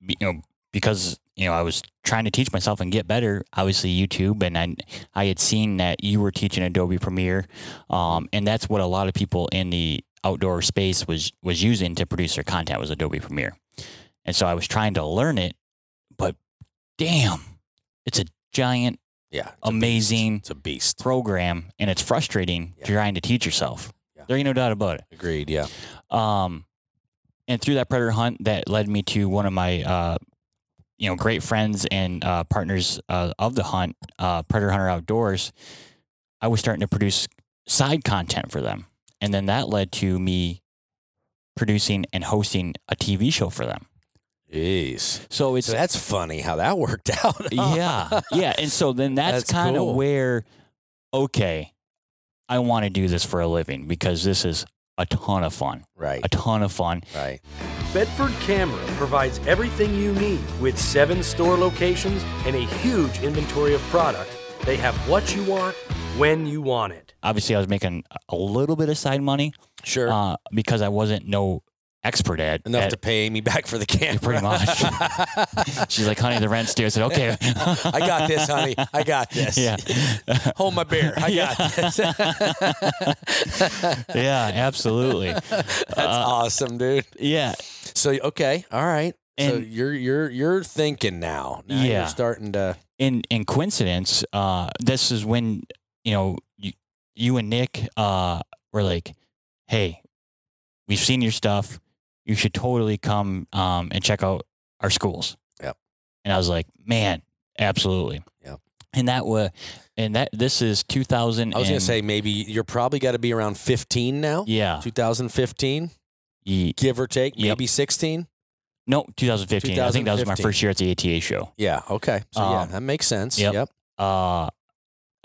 S2: you know because you know I was trying to teach myself and get better. Obviously, YouTube and I I had seen that you were teaching Adobe Premiere, um, and that's what a lot of people in the outdoor space was was using to produce their content was Adobe Premiere, and so I was trying to learn it, but damn, it's a giant
S1: Yeah. It's a
S2: Amazing.
S1: beast. It's a beast.
S2: program, and it's frustrating
S1: Yeah.
S2: trying to teach yourself.
S1: Yeah.
S2: There ain't no doubt about it.
S1: Agreed. Yeah.
S2: Um, and through that predator hunt, that led me to one of my, uh, you know, great friends and uh, partners uh, of the hunt, uh, Predator Hunter Outdoors. I was starting to produce side content for them, and then that led to me producing and hosting a TV show for them.
S1: Jeez.
S2: So it's
S1: So that's funny how that worked out. huh?
S2: yeah, yeah. And so then that's,
S1: That's
S2: kind of
S1: cool.
S2: where, okay, I want to do this for a living because this is a ton of fun,
S1: Right.
S2: a ton of fun.
S1: Right.
S3: Bedford Camera provides everything you need with seven store locations and a huge inventory of product. They have what you want when you want it.
S2: Obviously, I was making a little bit of side money
S1: Sure.
S2: uh, because I wasn't no expert at.
S1: Enough
S2: at-
S1: to pay me back for the camera.
S2: pretty
S1: much.
S2: she's like, honey, the rent's due. I said, okay,
S1: I got this, honey. I got this.
S2: Yeah.
S1: Hold my beer. I
S2: Yeah.
S1: got this. That's
S2: yeah, absolutely. Uh,
S1: awesome, dude.
S2: yeah,
S1: So okay, all right. so
S2: And-
S1: you're you're you're thinking now. Now
S2: Yeah.
S1: you're starting to
S2: in in coincidence, uh, this is when you know you, you and Nick uh, were like, "Hey, we've seen your stuff. You should totally come um, and check out our schools."
S1: Yep.
S2: And I was like, "Man, absolutely."
S1: Yep.
S2: And that was, and that this is 2000.
S1: I was gonna
S2: and-
S1: say maybe you're probably gotta be around fifteen now.
S2: yeah,
S1: 2015,
S2: ye-
S1: give or take,
S2: Yep.
S1: maybe 16.
S2: no, 2015. I think that was my
S1: 2015.
S2: first year at the ATA show.
S1: Yeah. Okay. So yeah,
S2: Um,
S1: that makes sense.
S2: yep.
S1: Yep.
S2: Uh,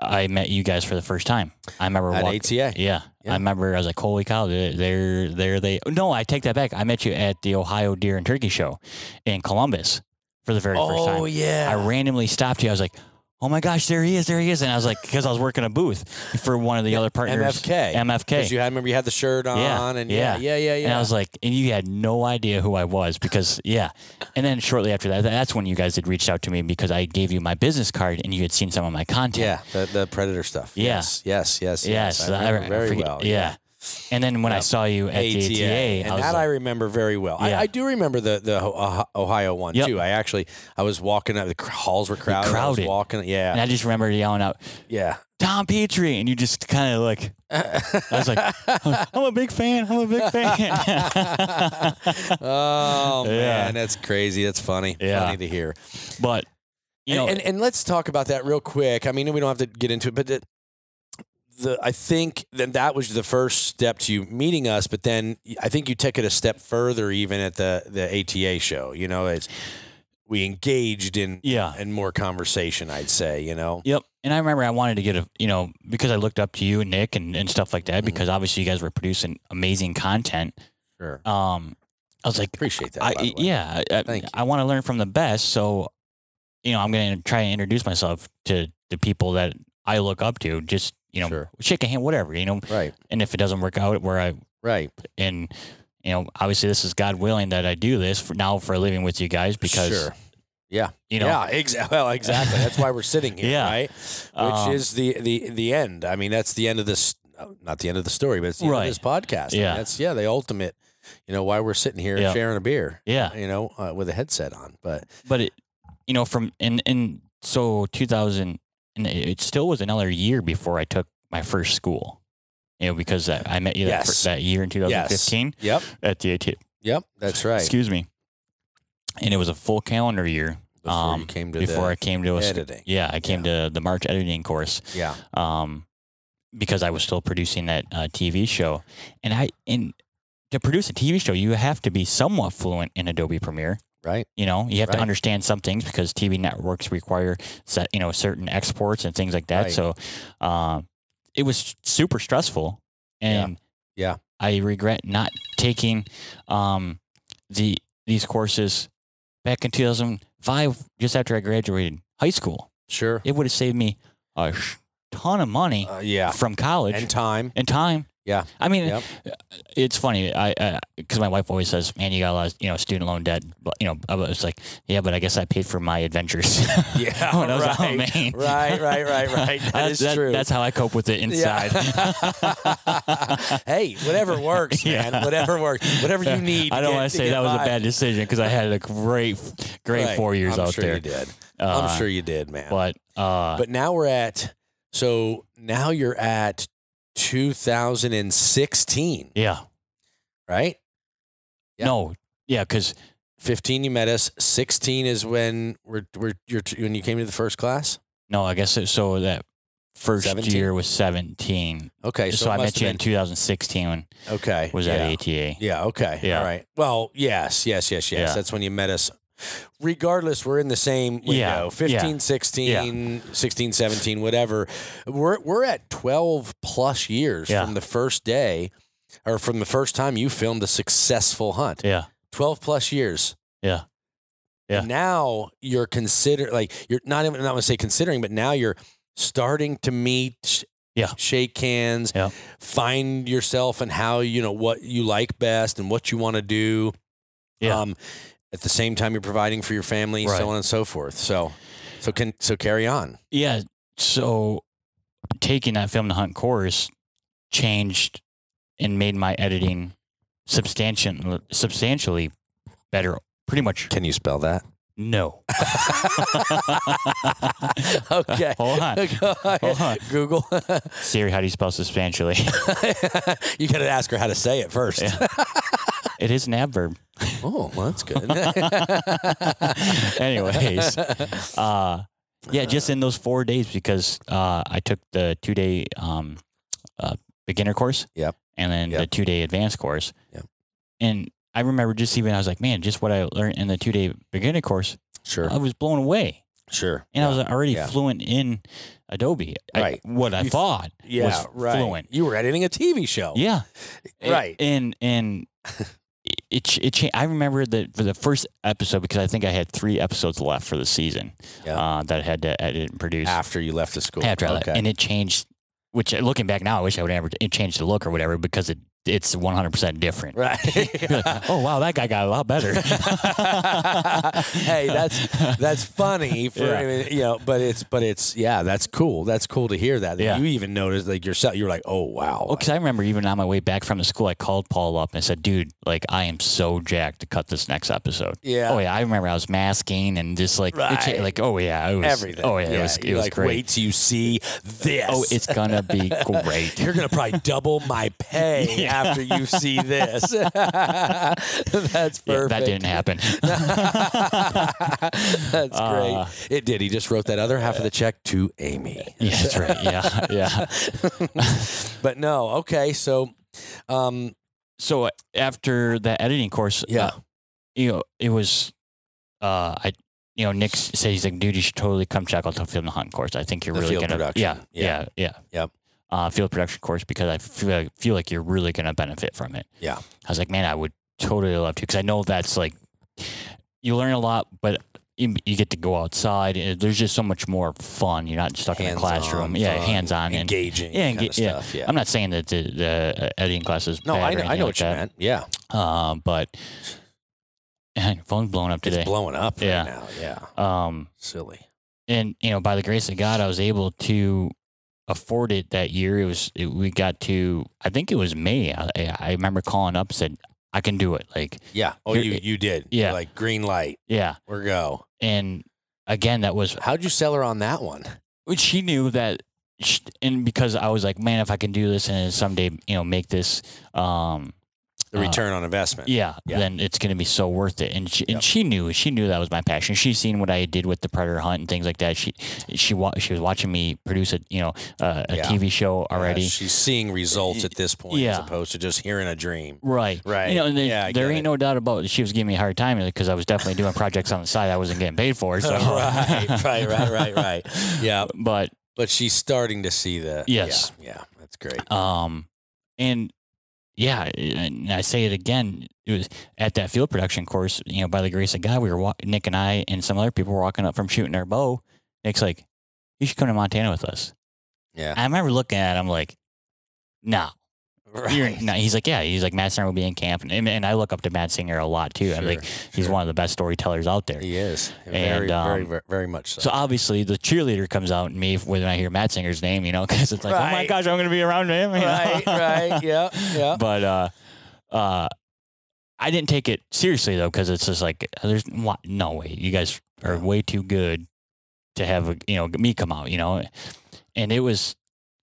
S2: I met you guys for the first time. I remember
S1: At
S2: walking.
S1: ATA.
S2: Yeah.
S1: Yeah.
S2: I remember I was like, holy cow, there- there, there they. No, I take that back. I met you at the Ohio Deer and Turkey Show in Columbus for the very first
S1: Oh
S2: time.
S1: yeah.
S2: I randomly stopped you. I was like, oh my gosh, there he is, there he is. And I was like, because I was working a booth for one of the other partners.
S1: MFK.
S2: MFK.
S1: 'Cause you had, remember you had the shirt on
S2: Yeah,
S1: and yeah, yeah, yeah, yeah.
S2: And I was like, and you had no idea who I was because, yeah. And then shortly after that, that's when you guys had reached out to me because I gave you my business card and you had seen some of my content.
S1: yeah, the, the predator stuff.
S2: Yeah.
S1: Yes, yes, yes, yes.
S2: Yes.
S1: I remember very
S2: forget-
S1: well.
S2: Yeah. And then when I
S1: Yeah.
S2: saw you at
S1: ATA,
S2: the ATA,
S1: and
S2: I was
S1: that
S2: like,
S1: I remember very well.
S2: Yeah.
S1: I, I do remember the the Ho- Oh- Ohio one
S2: Yep.
S1: too. I actually I was walking up. The cr- halls were crowded. I
S2: crowded.
S1: was walking.
S2: and
S1: Yeah,
S2: I just remember yelling out,
S1: yeah.
S2: Tom Petrie, and you just kind of like, I was like, I'm a big fan. I'm a big fan.
S1: oh
S2: Yeah.
S1: man, that's crazy. That's funny.
S2: Yeah.
S1: Funny to hear.
S2: but you know,
S1: and, and, and let's talk about that real quick. I mean, we don't have to get into it, but the, the I think then that was the first step to you meeting us. But then I think you took it a step further, even at the the ATA show. You know, it's we engaged in
S2: yeah,
S1: and more conversation. I'd say, you know,
S2: yep. And I remember I wanted to get a, you know, because I looked up to you and Nick and, and stuff like that,
S1: Mhm.
S2: because obviously you guys were producing amazing content.
S1: sure.
S2: Um, I was like,
S1: Appreciate that.
S2: I,
S1: by the way.
S2: yeah, I,
S1: Thank you.
S2: I want to learn from the best. So, you know, I'm going to try and introduce myself to the people that I look up to. Just you know,
S1: Sure.
S2: shake a hand, whatever you know.
S1: Right.
S2: And if it doesn't work out where I
S1: Right.
S2: and you know obviously this is god willing that i do this for now for a living with you guys because
S1: sure. Yeah.
S2: You know?
S1: Yeah, exactly. Well, exactly. That's why we're sitting here,
S2: Yeah.
S1: right? Which
S2: Um,
S1: is the the the end. I mean, that's the end of this not the end of the story, but it's the
S2: Right.
S1: end of this podcast. I mean,
S2: Yeah.
S1: that's yeah, the ultimate, you know, why we're sitting here
S2: Yeah.
S1: sharing a beer,
S2: yeah.
S1: you know, uh, with a headset on. But
S2: but it, you know, from and and so 2000, and it it still was another year before I took my first school. You know, because I, I met you that,
S1: Yes.
S2: fir- that year in 2015
S1: yep,
S2: at the AT.
S1: yep, that's right.
S2: Excuse me, and it was a full calendar year
S1: Before you
S2: um,
S1: came to
S2: before
S1: the
S2: I came to a sc-
S1: editing.
S2: yeah, I came to the March editing course
S1: Yeah.
S2: um, because I was still producing that uh, TV show, and I and to produce a TV show, you have to be somewhat fluent in Adobe Premiere.
S1: Right.
S2: You know, you have
S1: Right.
S2: to understand some things because TV networks require set, you know, certain exports and things like that.
S1: Right.
S2: So, um, it was super stressful, and
S1: Yeah.
S2: I regret not taking um, the these courses back in 2005, just after I graduated high school.
S1: Sure.
S2: It would have saved me a sh- ton of money
S1: Uh, yeah.
S2: from college
S1: And
S2: and,
S1: time.
S2: time.
S1: Yeah.
S2: I mean, uh,
S1: Yep.
S2: it's funny. I because my wife always says, "Man, you got a lot of you know student loan debt." But you know, I was like, "Yeah, but I guess I paid for my adventures."
S1: Yeah.
S2: when I was oh, out in
S1: right.
S2: Maine.
S1: Right, right, right, right. That
S2: That's-
S1: is true.
S2: That's how I cope with it inside.
S1: Yeah. hey, whatever works, man.
S2: Yeah.
S1: Whatever works. Whatever you need.
S2: I don't
S1: get-
S2: want to say
S1: get
S2: that was a
S1: by.
S2: bad decision because I had a great, great
S1: Right.
S2: four years
S1: I'm
S2: out
S1: sure
S2: there.
S1: You did.
S2: Uh,
S1: I'm sure you did, man. But,
S2: But uh,
S1: now we're at. So now you're at 2016,
S2: yeah,
S1: right? Yeah.
S2: no, yeah, because
S1: 15, you met us. 16 is when we're we're you're when you came to the first class.
S2: no, I guess it, so. That first
S1: 17?
S2: year was seventeen.
S1: Okay, so,
S2: so
S1: it
S2: I
S1: must
S2: met you in
S1: have
S2: 2016 when
S1: been, Okay,
S2: was
S1: yeah.
S2: at ATA.
S1: Yeah. Okay.
S2: Yeah.
S1: All right. Well, yes, yes, yes, yes.
S2: Yeah.
S1: That's when you met us. Regardless, we're in the same window
S2: Yeah, yeah,
S1: 15, 16, 16, 17, whatever. We're, we're at 12 plus years
S2: Yeah.
S1: from the first day or from the first time you filmed a successful hunt.
S2: Yeah.
S1: 12 plus years.
S2: Yeah. Yeah.
S1: Now you're consider like you're not even not want to say considering, but now you're starting to meet,
S2: Yeah.
S1: shake hands,
S2: Yeah.
S1: find yourself and how you know what you like best and what you want to do.
S2: Yeah.
S1: Um, at the same time, you're providing for your family,
S2: Right.
S1: so on and so forth. So, so can so carry on.
S2: Yeah. So taking that film to hunt course changed and made my editing substantially substantially better. Pretty much
S1: Can you spell that?
S2: no.
S1: okay.
S2: Hold on.
S1: Go ahead.
S2: Hold on.
S1: Google.
S2: Siri, how do you spell substantially?
S1: you got to ask her how to say it first.
S2: Yeah. it is an adverb.
S1: Oh, well, that's good.
S2: Anyways, uh yeah, just in those four days because uh I took the two day um uh beginner course.
S1: Yep.
S2: And then the
S1: Yep.
S2: two day advanced course.
S1: Yep.
S2: And I remember just even I was like, man, just what I learned in the two day beginner course,
S1: sure,
S2: I was blown away.
S1: sure.
S2: Um, And I was already
S1: Yeah.
S2: fluent in Adobe. I-
S1: Right.
S2: what I
S1: You-
S2: thought.
S1: yeah,
S2: was
S1: right.
S2: fluent.
S1: You were editing a TV show.
S2: Yeah. A-
S1: Right.
S2: And and it it, cha- it cha- I remember that for the first episode because I think I had three episodes left for the season
S1: Yeah.
S2: uh, that I had to edit and produce.
S1: After you left the school.
S2: after I left,
S1: Okay.
S2: and it changed. Which looking back now, I wish I would ever it changed the look or whatever because it it's one hundred percent different. You're
S1: Right.
S2: like, oh wow, that guy got a lot better.
S1: Hey, that's- That's funny for
S2: Yeah.
S1: I mean, you know, but it's but it's yeah, that's cool. That's cool to hear that. that
S2: Yeah.
S1: You even noticed like yourself. You're like, oh wow.
S2: because I remember even on my way back from the school, I called Paul up and I said, "Dude, like I am so jacked to cut this next episode."
S1: yeah.
S2: Oh yeah, I remember I was masking and just like it cha-
S1: Right.
S2: like oh yeah, it was
S1: Everything.
S2: Oh yeah, it was it
S1: You're
S2: was
S1: like,
S2: great.
S1: Wait till you see this.
S2: Oh, it's gonna be great.
S1: You're gonna probably double my pay
S2: Yeah.
S1: after you see this. That's perfect.
S2: Yeah, that didn't happen.
S1: That's great.
S2: Uh,
S1: it did. He just wrote that other half of the check to Amy.
S2: yeah, that's right. Yeah, yeah.
S1: but no, okay. So, um,
S2: So uh, after that editing course, uh,
S1: yeah,
S2: you know, it was, uh, I, you know, Nick s- said he's like, dude, you should totally come check out the film hunt course. I think you're
S1: The
S2: really
S1: field
S2: gonna,
S1: production.
S2: yeah,
S1: Yeah.
S2: yeah, yeah,
S1: Yep.
S2: Uh, field production course because I feel like, feel like you're really gonna benefit from it.
S1: Yeah.
S2: I was like, man, I would totally love to because I know that's like, you learn a lot, but. You, you get to go outside. and There's just so much more fun. You're not stuck in a
S1: hands-on,
S2: classroom. yeah,
S1: fun,
S2: hands on. And,
S1: engaging,
S2: yeah,
S1: yeah, kind
S2: enga-
S1: of
S2: yeah.
S1: stuff. Yeah,
S2: I'm not saying that the, the uh, editing classes.
S1: no, I, know- I know what
S2: like
S1: you
S2: that.
S1: meant. Yeah,
S2: Uh, but phone's blown up today.
S1: It's blowing up right
S2: Yeah.
S1: now. Yeah.
S2: um,
S1: Silly.
S2: and you know, by the grace of God, I was able to afford it that year. It was it, we got to I think it was May. I, I I remember calling up said I can do it. Like
S1: Yeah. Oh,
S2: Here-
S1: you you did.
S2: yeah.
S1: Like green light.
S2: yeah,
S1: We're go.
S2: and again that was
S1: How'd you sell her on that one?
S2: which she knew that sh and because I was like, man, if I can do this and someday you know make this um
S1: The
S2: Uh,
S1: return on investment.
S2: Yeah,
S1: Yeah.
S2: then it's going to be so worth it. And she,
S1: Yep.
S2: and she knew she knew that was my passion. She seen what I did with the predator hunt and things like that. She she wa- she was watching me produce a you know uh, a
S1: Yeah.
S2: TV show
S1: Yeah,
S2: already.
S1: she's seeing results at this point as
S2: Yeah.
S1: opposed to just hearing a dream.
S2: Right,
S1: Right.
S2: You know, and there-
S1: Yeah, I
S2: there
S1: get
S2: ain't
S1: it.
S2: no doubt about it. She was giving me a hard time because I was definitely doing projects on the side I wasn't getting paid for. So
S1: right, right, right, right, right. Yeah.
S2: But
S1: But she's starting to see the
S2: Yes.
S1: Yeah, yeah that's great.
S2: Um, and yeah, and I say it again. It was at that field production course. You know, by the grace of God, we were wa- Nick and I and some other people were walking up from shooting our bow. Nick's like, "You should come to Montana with us."
S1: Yeah.
S2: I remember looking at him like, "No, you're
S1: Right.
S2: no." He's like, "Yeah." He's like, "Matt Singer will be in camp," and, and I look up to Matt Singer a lot too. I'm
S1: Sure,
S2: like, he's
S1: sure.
S2: one of the best storytellers out there.
S1: He is.
S2: And,
S1: very, very,
S2: um,
S1: very, very much so.
S2: So obviously the cheerleader comes out in me when I hear Matt Singer's name, you know, because it's like, oh my
S1: Right.
S2: gosh, I'm going to be around him. you know?
S1: right, right. Yeah, yeah.
S2: but uh, uh, I didn't take it seriously though because it's just like there's wa- no way you guys are way too good to have a, you know me come out you know, and it was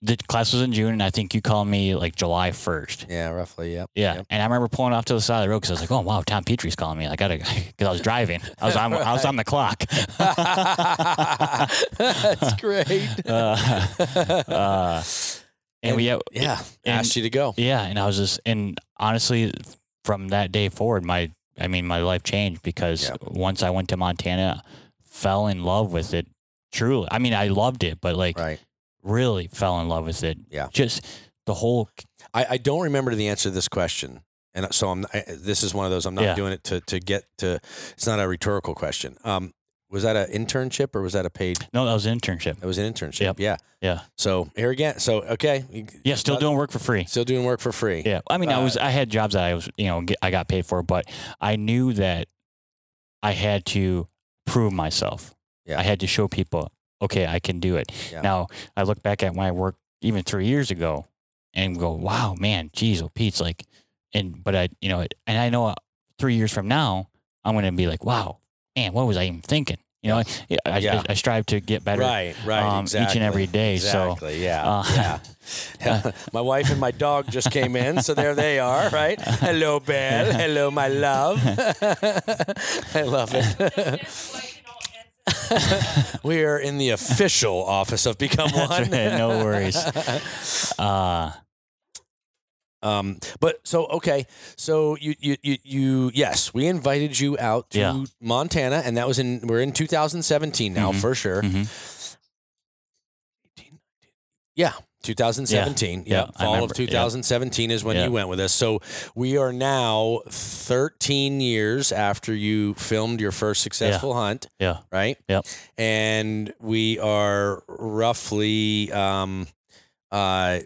S2: the class was in June and I think you called me like July first.
S1: Yeah, roughly. Yep.
S2: Yeah,
S1: Yep.
S2: and I remember pulling off to the side of the road because I was like, "Oh wow, Tom Petrie's calling me. I gotta," because I was driving. I was on. I was on the clock.
S1: That's great.
S2: Uh, uh, and, we, yeah,
S1: yeah,
S2: and-
S1: asked you to go.
S2: Yeah, and I was just, and honestly, from that day forward, my, I mean, my life changed because
S1: Yeah.
S2: once I went to Montana, fell in love with it. Truly, I mean, I loved it, but like
S1: Right.
S2: really fell in love with it.
S1: Yeah.
S2: just the whole.
S1: I, I don't remember the answer to this question, and so I'm. I, this is one of those. I'm not
S2: Yeah.
S1: doing it to to get to. It's not a rhetorical question. Um, was that an internship or was that a paid?
S2: No, that was an internship.
S1: That was an internship.
S2: Yep.
S1: Yeah.
S2: Yeah,
S1: So here again. So okay. you-
S2: yeah, still
S1: Uh,
S2: doing work for free.
S1: Still doing work for free.
S2: Yeah, I mean, I was, I had jobs that I was, you know, get, I got paid for, but I knew that I had to prove myself.
S1: Yeah.
S2: I had to show people, okay, I can do it.
S1: Yeah.
S2: Now I look back at my work even three years ago, and go, wow, man, geez, oh, Pete's like, and but I, you know, it- and I know uh, three years from now, I'm gonna be like, wow, man, what was I even thinking? You know, I, I,
S1: Yeah.
S2: I, I strive to get better.
S1: Right. Right.
S2: um, each and
S1: exactly.
S2: every day, so,
S1: Exactly. yeah.
S2: uh,
S1: yeah. Yeah. my wife and my dog just came in, so there they are, right? Hello, Belle. Hello, my love. I love it. we are in the official office of Become One.
S2: That's right, no worries. Uh,
S1: Um, but so okay, so you you you, you yes, we invited you out to
S2: Yeah.
S1: Montana, and that was in we're in 2017 now
S2: Mhm.
S1: for sure.
S2: mhm.
S1: Yeah. 2017.
S2: Yeah,
S1: Yeah.
S2: yeah, I
S1: Fall
S2: remember,
S1: of
S2: yeah.
S1: 2017 is when
S2: Yeah.
S1: you went with us. So we are now 13 years after you filmed your first successful hunt.
S2: Yeah.
S1: Right.
S2: Yep.
S1: And we are roughly um, uh,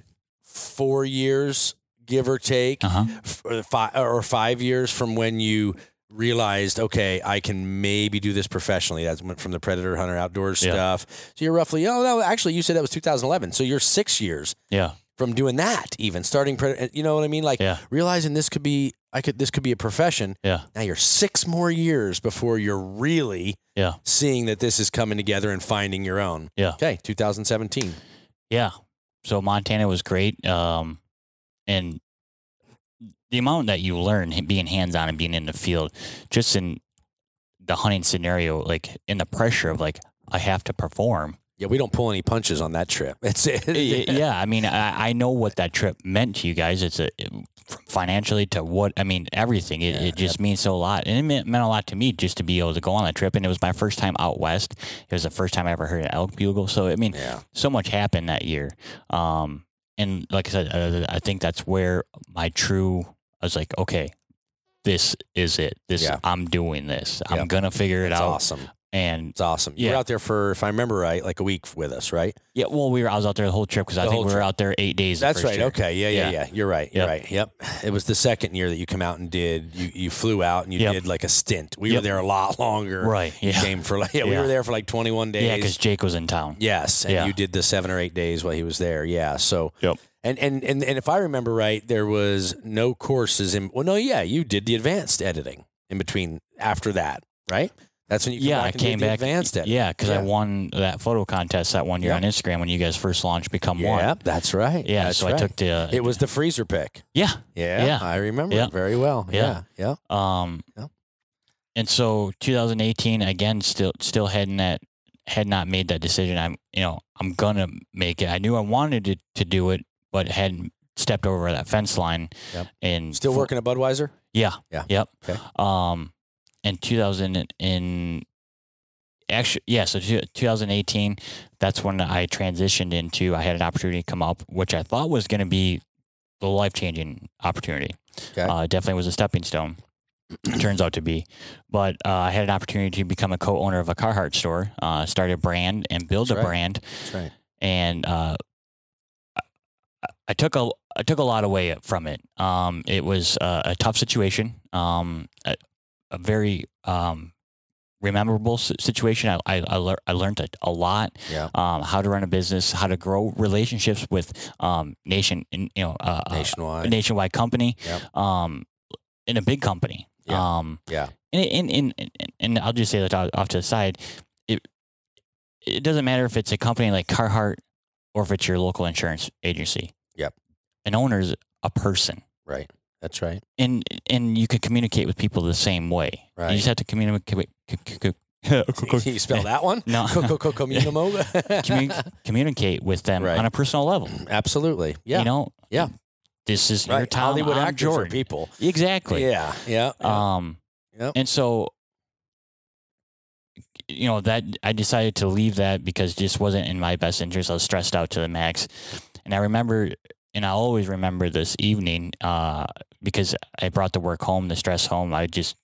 S1: four years, give or take,
S2: Uh-huh.
S1: five, or five years from when you realized, okay, I can maybe do this professionally. That's went from the Predator Hunter Outdoors
S2: Yeah.
S1: stuff. So you're roughly, oh no, actually, you said that was 2011. So you're six years
S2: Yeah.
S1: from doing that, even starting. Pred- You know what I mean? Like
S2: Yeah.
S1: realizing this could be, I could, this could be a profession.
S2: Yeah.
S1: Now you're six more years before you're really,
S2: Yeah.
S1: seeing that this is coming together and finding your own.
S2: Yeah.
S1: Okay, 2017.
S2: Yeah. So Montana was great. Um, and the amount that you learn h- being hands on and being in the field, just in the hunting scenario, like in the pressure of like, I have to perform.
S1: Yeah, we don't pull any punches on that trip. It's it.
S2: Y- yeah. I mean, I, I know what that trip meant to you guys. It's a, it- from financially to what, I mean, everything. It,
S1: Yeah,
S2: it just means so a lot. And it meant, meant a lot to me just to be able to go on that trip. And it was my first time out west. It was the first time I ever heard an elk bugle. So, I mean,
S1: Yeah.
S2: so much happened that year. Um, and like I said, uh, I think that's where my true, I was like, okay, this is it. This,
S1: Yeah.
S2: I'm doing this. I'm
S1: Yep.
S2: going to figure it
S1: It's
S2: out.
S1: awesome.
S2: And
S1: It's awesome. You were
S2: Yeah.
S1: out there for, if I remember right, like a week with us, right?
S2: yeah, well, we were. I was out there the whole trip because I
S1: The whole
S2: think we were
S1: trip.
S2: out there eight days. the
S1: That's
S2: first
S1: right.
S2: year.
S1: Okay. Yeah, yeah, yeah. You're right. You're
S2: Yep.
S1: right. Yep. It was the second year that you come out and did. You you flew out and you
S2: Yep.
S1: did like a stint. We were
S2: Yep.
S1: there a lot longer.
S2: Right.
S1: You
S2: Yeah.
S1: came for like yeah, we
S2: Yeah.
S1: were there for like 21 days.
S2: Yeah, because Jake was in town.
S1: Yes, and
S2: Yeah.
S1: you did the seven or eight days while he was there. Yeah. So.
S2: Yep.
S1: And and and and if I remember right, there was no courses in. Well, no, yeah, you did the advanced editing in between after that, right? That's when you came
S2: yeah,
S1: back
S2: I
S1: and
S2: came
S1: did the
S2: back.
S1: advanced editing.
S2: yeah, because
S1: Yeah.
S2: I won that photo contest that one year
S1: Yep.
S2: on Instagram when you guys first launched Become One.
S1: Yep, that's right.
S2: Yeah,
S1: that's
S2: so
S1: right.
S2: I took the
S1: It was the freezer pick.
S2: yeah.
S1: Yeah,
S2: Yeah.
S1: I remember
S2: Yeah.
S1: it very well. Yeah,
S2: Yeah.
S1: yeah.
S2: Um,
S1: Yep.
S2: and so 2018 again, still still hadn't that had not made that decision. I'm you know I'm gonna make it. I knew I wanted to, to do it, but hadn't stepped over that fence line.
S1: Yep.
S2: And
S1: Still
S2: fo-
S1: working at Budweiser.
S2: Yeah.
S1: Yeah.
S2: Yep.
S1: Okay.
S2: Um, in 2000 in actually yeah, so two- 2018, that's when I transitioned into. I had an opportunity come up, which I thought was going to be the life changing opportunity.
S1: Okay.
S2: Uh, definitely was a stepping stone. It turns out to be, but uh, I had an opportunity to become a co-owner of a Carhartt store, uh, start a brand, and build
S1: That's
S2: a
S1: right.
S2: brand
S1: That's right.
S2: and uh, I- I took a I took a lot away from it. Um, it was uh, a tough situation, um, a, a very um, rememberable si- situation. I I, I, lear- I learned a, a lot.
S1: Yeah.
S2: Um, how to run a business, how to grow relationships with um, nation, you know, uh, uh,
S1: Nationwide.
S2: a nationwide company,
S1: Yep.
S2: um, in a big company.
S1: Yeah.
S2: Um,
S1: Yeah.
S2: And, and, and, and, and I'll just say that off off to the side, it, it doesn't matter if it's a company like Carhartt or if it's your local insurance agency.
S1: Yep.
S2: An owner is a person.
S1: right. That's right.
S2: And, and you can communicate with people the same way.
S1: Right.
S2: You just have to communicate.
S1: you spell that one?
S2: No.
S1: Coco Coco
S2: Communi- communicate with them
S1: Right.
S2: on a personal level.
S1: Absolutely. Yeah.
S2: You know.
S1: Yeah.
S2: This is your
S1: right.
S2: time.
S1: Hollywood
S2: I'm
S1: actors are
S2: Jordan.
S1: people.
S2: Exactly.
S1: Yeah. Yeah. yeah.
S2: Um,
S1: Yep.
S2: and so, you know, that I decided to leave that because it just wasn't in my best interest. I was stressed out to the max. And I remember, and I always remember this evening, uh, because I brought the work home, the stress home. I just,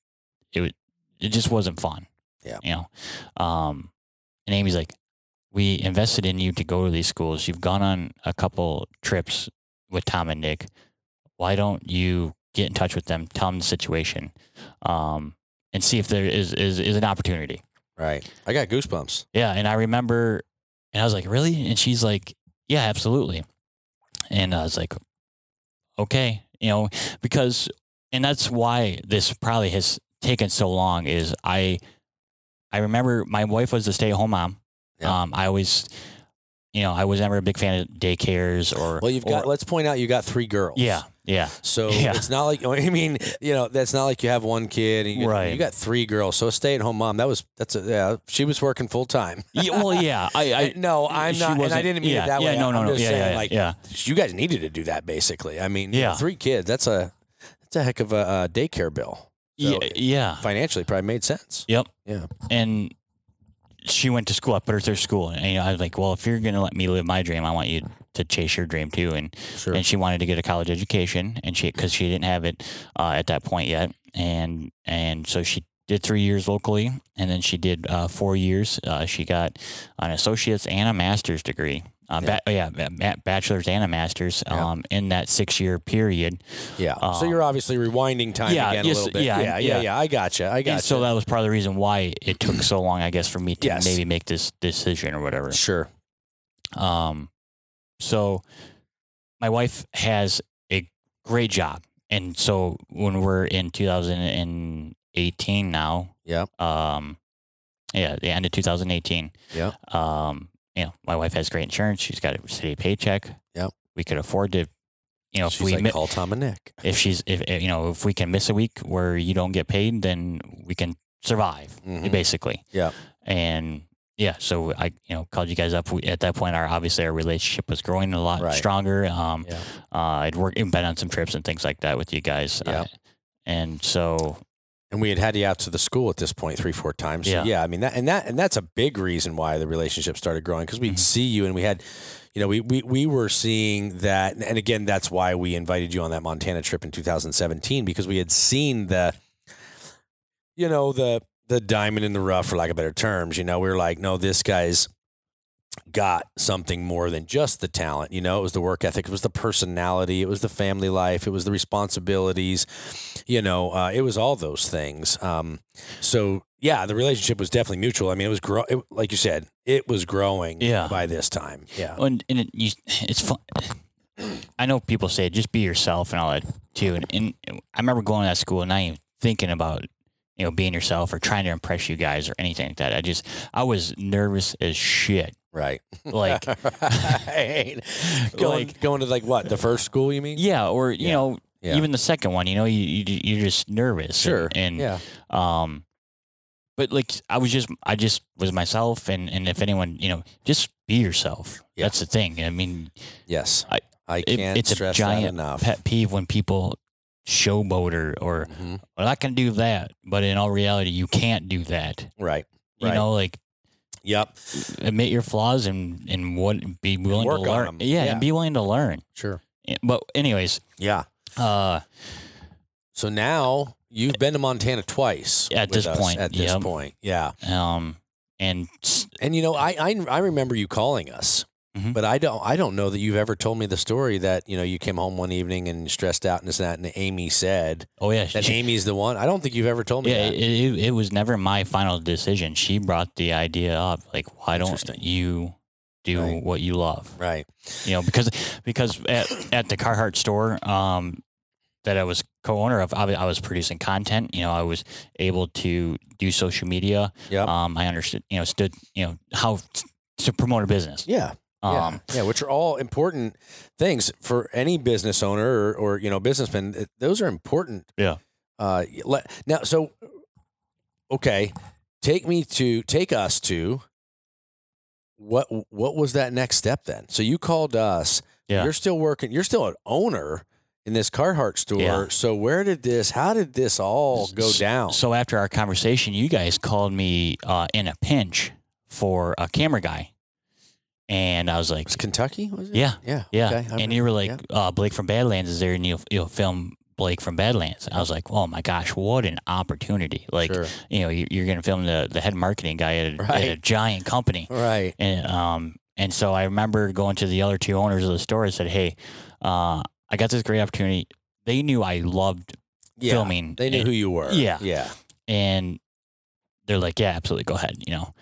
S2: it was, it just wasn't fun.
S1: Yeah.
S2: You know, um, and Amy's like, we invested in you to go to these schools. You've gone on a couple trips with Tom and Nick. Why don't you get in touch with them, tell them the situation, um, and see if there is, is is an opportunity.
S1: right. I got goosebumps.
S2: Yeah, and I remember, and I was like, really? And she's like, yeah, absolutely. And I was like, okay, you know, because, and that's why this probably has taken so long. Is I, I remember my wife was a stay at home mom.
S1: Yeah.
S2: Um, I always, you know, I was never a big fan of daycares or.
S1: Well, you've got.
S2: or-
S1: let's point out you got three girls.
S2: yeah, yeah,
S1: So
S2: Yeah.
S1: it's not like I mean, you know, that's not like you have one kid and you,
S2: Right.
S1: you got three girls. So a stay-at-home mom, that was that's a yeah, she was working full time.
S2: yeah. Well, yeah. I, I
S1: no, I'm
S2: she
S1: not and I
S2: wasn't-
S1: didn't mean
S2: yeah,
S1: it that
S2: yeah,
S1: way.
S2: No, no,
S1: I'm
S2: no.
S1: just
S2: yeah,
S1: saying
S2: yeah,
S1: like
S2: yeah.
S1: you guys needed to do that basically. I mean,
S2: Yeah.
S1: three kids, that's a that's a heck of a uh, daycare bill. So
S2: yeah, yeah.
S1: financially probably made sense.
S2: Yep.
S1: Yeah.
S2: And she went to school. I put her through school, and you know, I was like, "Well, if you're gonna let me live my dream, I want you to chase your dream too." And
S1: Sure.
S2: and she wanted to get a college education, and she because she didn't have it uh, at that point yet, and and so she did three years locally, and then she did uh, four years. Uh, she got an associate's and a master's degree. Uh,
S1: Yeah.
S2: yeah. Ba- yeah, ba- ba- bachelor's and a master's
S1: Yeah.
S2: um, in that six-year period.
S1: Yeah. so
S2: Um,
S1: you're obviously rewinding time
S2: yeah,
S1: again
S2: yes,
S1: a little bit.
S2: yeah,
S1: yeah, yeah,
S2: yeah.
S1: yeah. I gotcha. I
S2: And
S1: gotcha.
S2: so that was part of the reason why it took so long, I guess, for me to
S1: Yes.
S2: maybe make this decision or whatever.
S1: sure.
S2: Um, so my wife has a great job, and so when we're in 2018 now,
S1: Yeah.
S2: um, yeah, the end of 2018,
S1: Yeah.
S2: um, you know, my wife has great insurance. She's got a city paycheck.
S1: Yeah.
S2: we could afford to, you know,
S1: She's
S2: if we
S1: like,
S2: mi-
S1: call Tom and Nick.
S2: if she's if if, you know if we can miss a week where you don't get paid, then we can survive
S1: Mhm.
S2: basically.
S1: Yeah.
S2: And yeah, so I you know called you guys up We- at that point. Our obviously our relationship was growing a lot
S1: Right.
S2: stronger. Um,
S1: Yeah.
S2: uh, I'd worked and been on some trips and things like that with you guys.
S1: Yeah.
S2: Uh, and so
S1: And we had had you out to the school at this point three, four times. So,
S2: Yeah.
S1: yeah. I mean that, and that, and that's a big reason why the relationship started growing because we'd
S2: Mhm.
S1: see you and we had, you know, we we we were seeing that, and again, that's why we invited you on that Montana trip in 2017 because we had seen the, you know, the the diamond in the rough, for lack of better terms. You know, we were like, no, this guy's got something more than just the talent. You know, it was the work ethic, it was the personality, it was the family life, it was the responsibilities. You know, uh, it was all those things. Um, so yeah, the relationship was definitely mutual. I mean, it was grow, it, like you said, it was growing.
S2: Yeah.
S1: by this time, yeah,
S2: And, and it, you, it's fun. I know people say just be yourself and all that too. And, and I remember going to that school and not even thinking about you know being yourself or trying to impress you guys or anything like that. I just I was nervous as shit.
S1: right.
S2: Like
S1: Right. going,
S2: Like-
S1: going to like what the first school? You mean?
S2: yeah, or you
S1: Yeah.
S2: know
S1: Yeah.
S2: even the second one. You know you, you you're just nervous.
S1: Sure.
S2: And,
S1: yeah.
S2: and Um, but like I was just I just was myself, and and if anyone you know just be yourself.
S1: Yeah.
S2: That's the thing. I mean,
S1: Yes. I,
S2: I- it-
S1: can't
S2: it's a
S1: stress
S2: giant
S1: that enough.
S2: pet peeve when people showboat or or
S1: Mhm.
S2: well, I can do that, but in all reality, you can't do that.
S1: Right.
S2: You
S1: Right.
S2: know, like
S1: Yep.
S2: admit your flaws and and what be willing
S1: work on
S2: to learn.
S1: them.
S2: Yeah,
S1: Yeah.
S2: and be willing to learn.
S1: Sure.
S2: Yeah, But anyways,
S1: Yeah.
S2: uh,
S1: So now you've been to Montana twice
S2: At
S1: with
S2: this
S1: us
S2: point,
S1: At this
S2: yep.
S1: point, yeah.
S2: um, and s-
S1: And you know, I I, I remember you calling us,
S2: Mhm.
S1: but I don't I don't know that you've ever told me the story that you know you came home one evening and stressed out and this and that, and Amy said
S2: oh yeah,
S1: that
S2: she-
S1: Amy's the one. I don't think you've ever told me
S2: yeah,
S1: that.
S2: it, it, it was never my final decision. She brought the idea up, like, why don't
S1: Interesting.
S2: you do
S1: Right.
S2: what you love?
S1: right.
S2: You know, because because at, at the Carhartt store um, that I was co-owner of, I, wa- I was producing content. You know, I was able to do social media.
S1: Yep.
S2: Um, I understood, you know, stood, you know, how t- to promote a business.
S1: Yeah. Yeah,
S2: Um,
S1: yeah, which are all important things for any business owner or, or you know businessman. Th- Those are important.
S2: Yeah.
S1: Uh, le- now, so okay, take me to take us to what what was that next step then? So you called us.
S2: Yeah.
S1: You're still working. You're still an owner in this Carhartt store.
S2: Yeah.
S1: So where did this? How did this all go
S2: S-
S1: down?
S2: So after our conversation, you guys called me uh, in a pinch for a camera guy, and I was like,
S1: was Kentucky? Was it?
S2: yeah.
S1: Yeah.
S2: Yeah.
S1: okay, I
S2: and
S1: remember.
S2: you were like,
S1: yeah.
S2: uh, Blake from Badlands is there and you'll, you'll film Blake from Badlands. And I was like, oh my gosh, what an opportunity. Like,
S1: Sure.
S2: you know, you- you're going to film the, the head marketing guy at a, at a
S1: Right.
S2: giant company.
S1: Right.
S2: And, um, and so I remember going to the other two owners of the store and said, hey, uh, I got this great opportunity. They knew I loved
S1: Yeah.
S2: filming.
S1: They knew
S2: and,
S1: who you were.
S2: Yeah.
S1: Yeah.
S2: and they're like, yeah, absolutely, go ahead. You know.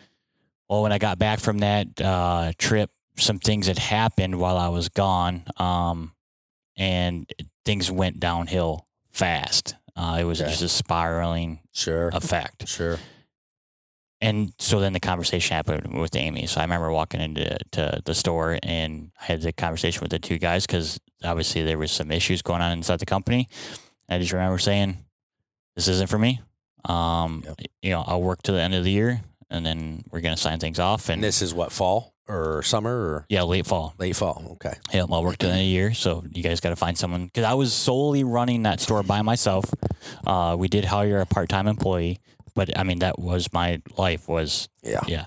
S2: Well, when I got back from that uh, trip, some things had happened while I was gone, um, and things went downhill fast. Uh, it was
S1: Okay.
S2: just a spiraling
S1: Sure.
S2: effect.
S1: Sure.
S2: And so then the conversation happened with Amy. So I remember walking into to the store and I had the conversation with the two guys because obviously there was some issues going on inside the company. I just remember saying, "This isn't for me. Um, You know, I'll work to the end of the year, and then we're gonna sign things off. And,
S1: And this is what fall or summer or
S2: yeah, late fall.
S1: late fall. Okay.
S2: Yeah, I'll work to the end of the year. So you guys got to find someone because I was solely running that store by myself. Uh, we did hire a part time employee, but I mean that was my life was
S1: Yeah.
S2: yeah,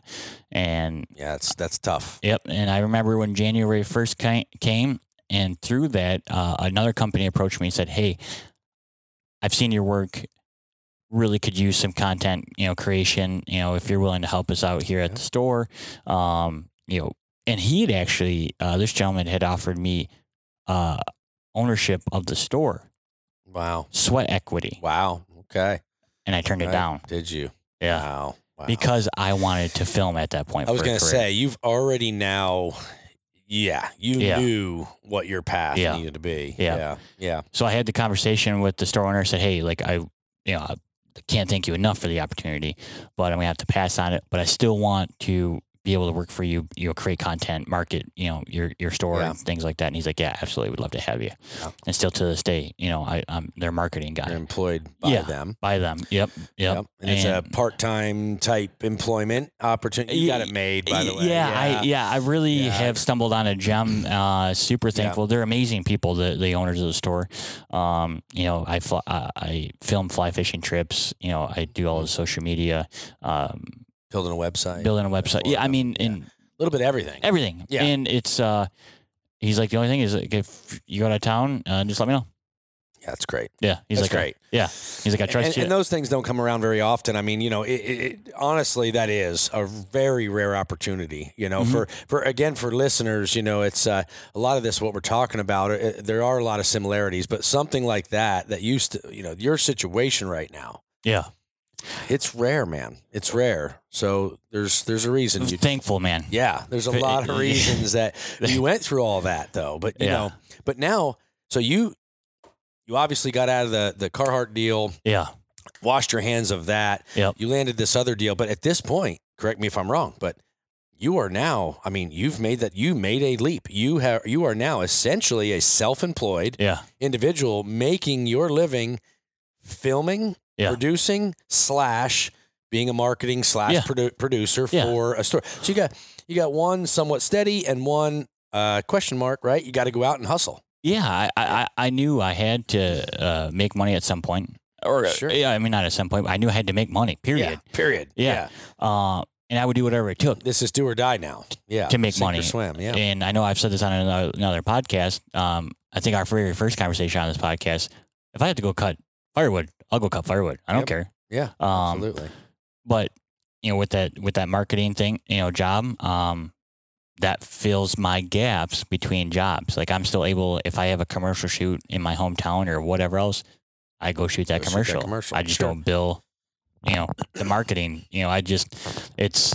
S2: and
S1: Yeah. It's that's tough.
S2: Yep. And I remember when January 1st ca- came, and through that, uh, another company approached me and said, Hey, I've seen your work. Really could use some content, you know, creation. You know, if you're willing to help us out here at the store, um, you know, and he had actually, uh, this gentleman had offered me uh, ownership of the store,
S1: Wow.
S2: sweat equity,
S1: Wow. Okay.
S2: and I turned
S1: Right.
S2: it down.
S1: Did you?
S2: Yeah,
S1: Wow. Wow.
S2: because I wanted to film at that point.
S1: I was
S2: for a
S1: gonna
S2: career.
S1: say you've already now. Yeah. You
S2: Yeah.
S1: knew what your path
S2: Yeah.
S1: needed to be.
S2: Yeah.
S1: Yeah. Yeah.
S2: So I had the conversation with the store owner. Said, "Hey, like I, you know, I can't thank you enough for the opportunity, but I'm gonna have to pass on it. But I still want to be able to work for you. You know, create content, market, you know, your your store
S1: Yeah.
S2: and things like that." And he's like, "Yeah, absolutely, would love to have you."
S1: Yeah.
S2: And still to this day, you know, I, I'm their marketing guy
S1: You're employed by
S2: Yeah.
S1: them.
S2: by them. Yep, yep.
S1: And it's a
S2: And-
S1: part-time type employment opportunity. You got it made, by the way.
S2: Yeah, I yeah, I really
S1: Yeah.
S2: have stumbled on a gem. Uh, super thankful. They're amazing people, the the owners of the store. Um, you know, I fly, I, I film fly fishing trips. You know, I do all
S1: Mm-hmm.
S2: the social media, um,
S1: Building a website.
S2: building a website. Yeah, I mean,
S1: Yeah.
S2: and
S1: a little bit of everything.
S2: everything.
S1: Yeah.
S2: and it's uh, he's like the only thing is like, if you go out of town, uh, just let me know.
S1: Yeah, that's great.
S2: Yeah, he's
S1: That's
S2: like,
S1: great.
S2: yeah, he's like, I trust
S1: and,
S2: you.
S1: and those things don't come around very often. I mean, you know, it, it, it- honestly, that is a very rare opportunity. You know,
S2: Mhm.
S1: for for again for listeners, you know, it's uh, a lot of this what we're talking about. uh there are a lot of similarities, but something like that that used to, you know, your situation right now,
S2: yeah,
S1: it's rare, man. It's rare. So there's there's a reason. You,
S2: thankful man.
S1: yeah, there's a
S2: Fa-
S1: lot of reasons that you went through all that though. But you
S2: Yeah.
S1: know, but now, so you you obviously got out of the the Carhartt deal
S2: Yeah,
S1: washed your hands of that.
S2: Yep.
S1: You landed this other deal, but at this point, correct me if I'm wrong, but you are now, I mean, you've made that you made a leap. You have you are now essentially a self-employed
S2: yeah,
S1: individual making your living filming,
S2: Yeah.
S1: producing slash being a marketing slash
S2: Yeah.
S1: produ- producer
S2: Yeah.
S1: for a store. So you got you got one somewhat steady and one uh, question mark, right? You got to go out and hustle.
S2: yeah. I, I, I I knew I had to uh, make money at some point, or uh,
S1: Sure.
S2: yeah, I mean, not at some point. But I knew I had to make money. Period.
S1: Yeah. Period.
S2: Yeah. Uh, and I would do whatever it took.
S1: This is do or die now. Yeah.
S2: To make
S1: Sink or
S2: money.
S1: swim. Yeah.
S2: And I know I've said this on another, another podcast. Um, I think our very first conversation on this podcast. If I had to go cut firewood, I'll go cut firewood. I don't
S1: Yep.
S2: care.
S1: Yeah.
S2: Um,
S1: Absolutely.
S2: but you know with that with that marketing thing you know job um that fills my gaps between jobs like i'm still able if i have a commercial shoot in my hometown or whatever else i go shoot that,
S1: Go shoot that
S2: commercial.
S1: commercial,
S2: i just
S1: sure.
S2: don't bill you know the marketing you know i just it's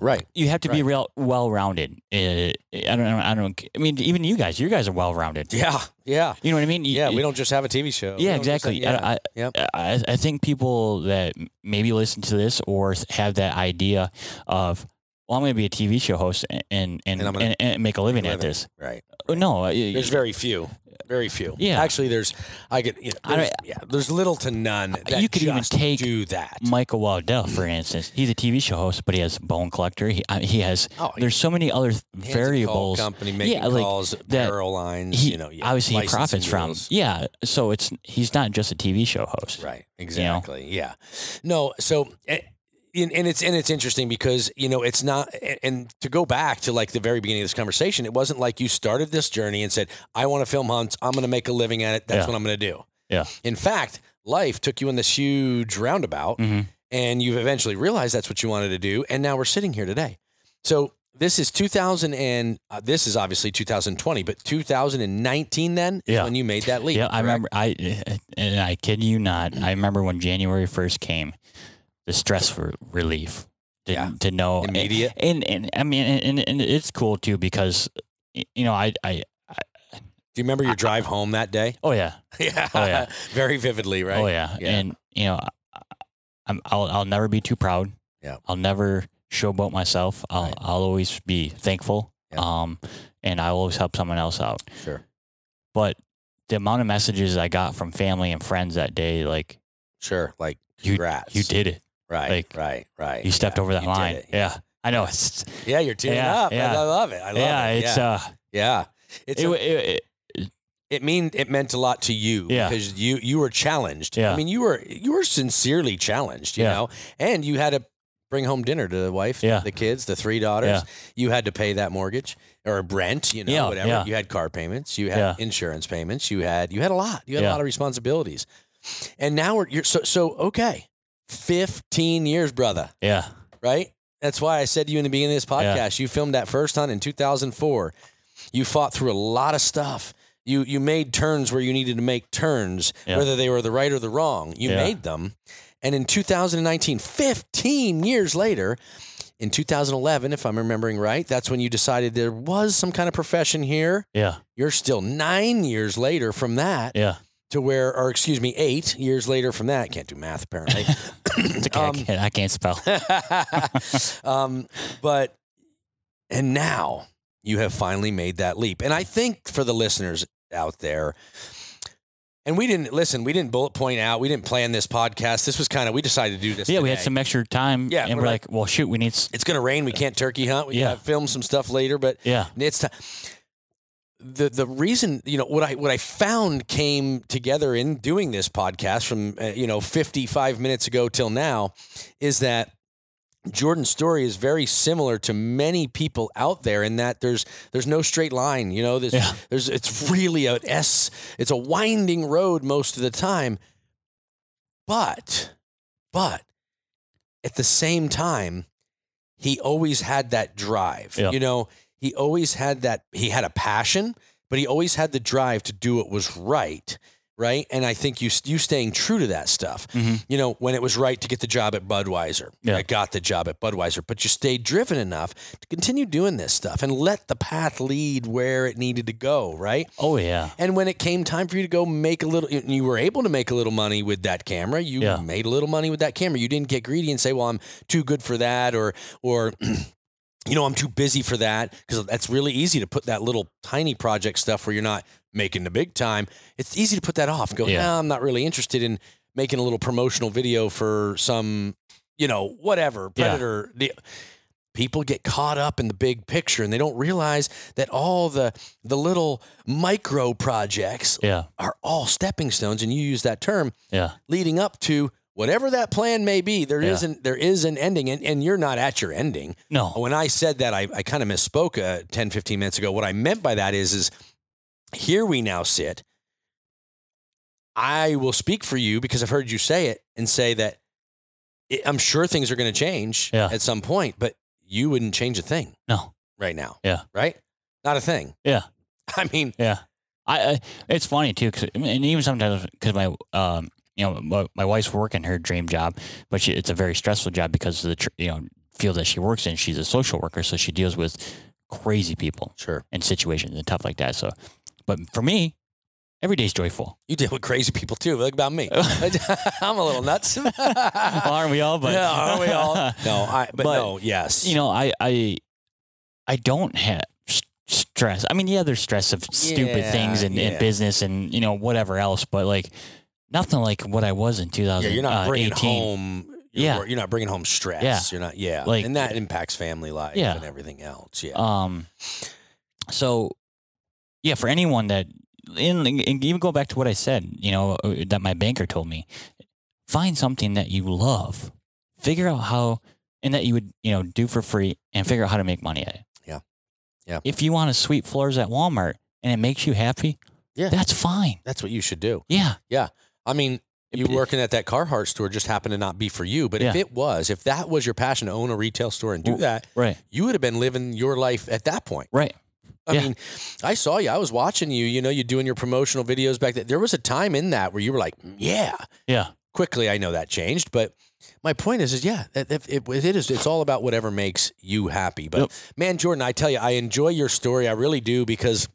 S1: right.
S2: you have to be real well-rounded uh, i don't know i don't i mean even you guys you guys are well-rounded
S1: Yeah, yeah,
S2: you know what i mean You-
S1: yeah. We don't just have a TV show.
S2: E, yeah,
S1: We don't just have-
S2: exactly.
S1: yeah.
S2: I, I,
S1: Yep.
S2: I, I think people that m- maybe listen to this or s- have that idea of, well, I'm going to be a TV show host and and and,
S1: And I'm gonna
S2: and, make a living at
S1: living.
S2: this.
S1: right.
S2: Oh, no, I-
S1: There's very few. Very few.
S2: Yeah.
S1: Actually, there's. I get. You know,
S2: I
S1: there's, yeah. There's little to none. That
S2: You could even
S1: just
S2: take
S1: do that.
S2: Michael Waddell, for instance, he's a TV show host, but he has Bone Collector. He, I he has.
S1: Oh,
S2: There's so many other
S1: hands a
S2: variables.
S1: Call company making
S2: Yeah, like,
S1: calls,
S2: that
S1: barrel lines.
S2: He,
S1: you know. Yeah,
S2: obviously, he
S1: licensing
S2: profits from.
S1: deals.
S2: Yeah, so it's he's not just a TV show host.
S1: Right. Exactly. Yeah. No. So. eh, and and it's and it's interesting because you know it's not and- and to go back to like the very beginning of this conversation, it wasn't like you started this journey and said, "I want to film hunts. I'm going to make a living at it. That's
S2: Yeah.
S1: what I'm going to do."
S2: Yeah.
S1: In fact, life took you in this huge roundabout,
S2: hmm
S1: and you've eventually realized that's what you wanted to do, and now we're sitting here today. So this is 2000 and uh, this is obviously 2020, but 2019 then is
S2: Yeah.
S1: when you made that leap.
S2: Yeah,
S1: correct?
S2: I remember. I and I kid you not. I remember when January first came, the stress r- relief. To,
S1: Yeah.
S2: to know
S1: Immediate.
S2: And, and I mean, and, and it's cool too because y- you know I I
S1: Do you remember your drive home that day?
S2: oh yeah
S1: yeah.
S2: Oh, yeah.
S1: Very vividly, right?
S2: oh yeah.
S1: Yeah.
S2: and you know I- I'm I'll I'll never be too proud.
S1: Yeah.
S2: I'll never showboat myself. I'll
S1: Right.
S2: I'll always be thankful.
S1: Yeah.
S2: Um, and I'll always help someone else out.
S1: Sure.
S2: But the amount of messages I got from family and friends that day, like
S1: Sure. Like
S2: You-
S1: congrats.
S2: you did it.
S1: Right.
S2: like,
S1: right. Right.
S2: You stepped
S1: Yeah,
S2: over that
S1: you did
S2: line.
S1: it.
S2: Yeah. I know. It's
S1: Yeah. You're tearing
S2: Yeah,
S1: up. I-
S2: yeah.
S1: I, love it. I love
S2: yeah,
S1: it.
S2: it's
S1: yeah.
S2: uh
S1: yeah. It's
S2: it,
S1: a-
S2: it- it-
S1: it mean it meant a lot to you
S2: Yeah.
S1: because you you were challenged. I
S2: Yeah.
S1: mean you were you were sincerely challenged, you
S2: Yeah.
S1: know. And you had to bring home dinner to the wife,
S2: Yeah.
S1: the kids, the three daughters.
S2: Yeah.
S1: You had to pay that mortgage or rent, you know,
S2: Yeah,
S1: whatever.
S2: yeah.
S1: You had car payments, you had
S2: Yeah.
S1: insurance payments, you had you had a lot. You had a
S2: Yeah.
S1: lot of responsibilities. And now we're you're so so okay. 15 years, brother,
S2: yeah.
S1: right? That's why I said to you in the beginning of this
S2: Yeah.
S1: podcast, you filmed that first hunt in 2004. You fought through a lot of stuff. You you made turns where you needed to make turns,
S2: Yeah.
S1: whether they were the right or the wrong. You
S2: Yeah.
S1: made them. And in 2019, 15 years later, in 2011, if I'm remembering right, that's when you decided there was some kind of profession here.
S2: Yeah.
S1: You're still nine years later from that
S2: Yeah.
S1: to where, or excuse me, eight years later from that. Can't do math apparently.
S2: It's okay. I,
S1: Um,
S2: can't, I can't spell.
S1: um, but and now you have finally made that leap, and I think for the listeners out there, and we didn't listen, we didn't bullet point out, we didn't plan this podcast. This was kind of we decided to do this.
S2: Yeah, we had
S1: today.
S2: some extra time.
S1: Yeah,
S2: And
S1: we're
S2: we're like, well, shoot, we need. s-
S1: It's gonna rain. We can't turkey hunt. We
S2: Yeah.
S1: gotta film some stuff later, but
S2: Yeah.
S1: it's time. The the reason you know what I what I found came together in doing this podcast from uh, you know 55 minutes ago till now is that Jordan's story is very similar to many people out there in that there's there's no straight line, you know. There's,
S2: Yeah.
S1: there's it's really an S. It's a winding road most of the time, but but at the same time, he always had that drive.
S2: Yeah.
S1: You know, he always had that. He had a passion, but he always had the drive to do what was right. Right, and I think you you staying true to that stuff you know, when it was right to get the job at Budweiser.
S2: Yeah.
S1: I got the job at Budweiser, but you stayed driven enough to continue doing this stuff and let the path lead where it needed to go, right?
S2: Oh yeah.
S1: And when it came time for you to go make a little, and you were able to make a little money with that camera. You
S2: Yeah.
S1: made a little money with that camera. You didn't get greedy and say, "Well, I'm too good for that," or or you know, I'm too busy for that because that's really easy to put that little tiny project stuff where you're not making the big time. It's easy to put that off. and Go,
S2: Yeah.
S1: "Nah, I'm not really interested in making a little promotional video for some, you know, whatever
S2: Yeah.
S1: predator. The, people get caught up in the big picture and they don't realize that all the the little micro projects
S2: Yeah.
S1: are all stepping stones and you use that term
S2: Yeah.
S1: leading up to whatever that plan may be There
S2: Yeah.
S1: not there is an ending and, and you're not at your ending
S2: No.
S1: when i said that i, I kind of misspoke uh, 10 15 minutes ago what i meant by that is is here we now sit i will speak for you because i've heard you say it and say that it, i'm sure things are going to change
S2: Yeah.
S1: at some point but you wouldn't change a thing
S2: No.
S1: right now.
S2: Yeah.
S1: Right? Not a thing.
S2: Yeah.
S1: I mean,
S2: Yeah, I, I it's funny too, 'cause- and even sometimes because my um you know my, my wife's working her dream job, but she, it's a very stressful job because of the tr- you know field that she works in. She's a social worker, so she deals with crazy people
S1: sure.
S2: and situations and stuff like that. So, but for me, every day's joyful.
S1: You deal with crazy people too. Look about me. I'm a little nuts.
S2: Well, aren't we all? But
S1: yeah, aren't we all? No, I but,
S2: But,
S1: no, yes.
S2: you know, I I I don't have s- stress. I mean, yeah, there's stress of stupid
S1: Yeah,
S2: things and,
S1: yeah.
S2: and business and you know whatever else, but like nothing like what I was in
S1: yeah,
S2: 2018.
S1: you're not bringing home your
S2: Uh, Yeah.
S1: wor- you're not bringing home stress.
S2: Yeah.
S1: You're not yeah.
S2: Like-
S1: and that impacts family life
S2: Yeah.
S1: and everything else. Yeah.
S2: Um, so yeah, for anyone that in and even go back to what I said, you know, uh, that my banker told me, find something that you love, figure out how and that you would you know do for free, and figure out how to make money at it.
S1: Yeah. Yeah.
S2: If you want to sweep floors at Walmart and it makes you happy,
S1: Yeah.
S2: that's fine.
S1: That's what you should do.
S2: Yeah,
S1: I mean, you
S2: It-
S1: working at that Carhartt store just happened to not be for you, but if
S2: Yeah.
S1: it was, if that was your passion to own a retail store and do
S2: Well-
S1: that,
S2: right,
S1: you would have been living your life at that point.
S2: right,
S1: I
S2: Yeah.
S1: mean, I saw you. I was watching you. You know, you doing your promotional videos back then. There was a time in that where you were like, "Yeah."
S2: yeah,
S1: Quickly, I know that changed, but my point is, is yeah, it, it, it it is. It's all about whatever makes you happy. But
S2: Yep.
S1: man, Jordan, I tell you, I enjoy your story. I really do because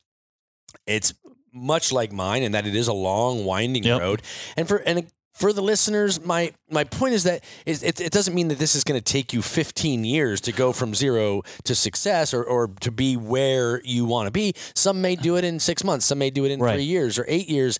S1: it's much like mine, in that it is a long, winding
S2: Yep.
S1: road. And for and for the listeners, my my point is that is it, it doesn't mean that this is going to take you 15 years to go from zero to success or, or to be where you want to be. Some may do it in six months, some may do it in
S2: Right.
S1: three years or eight years.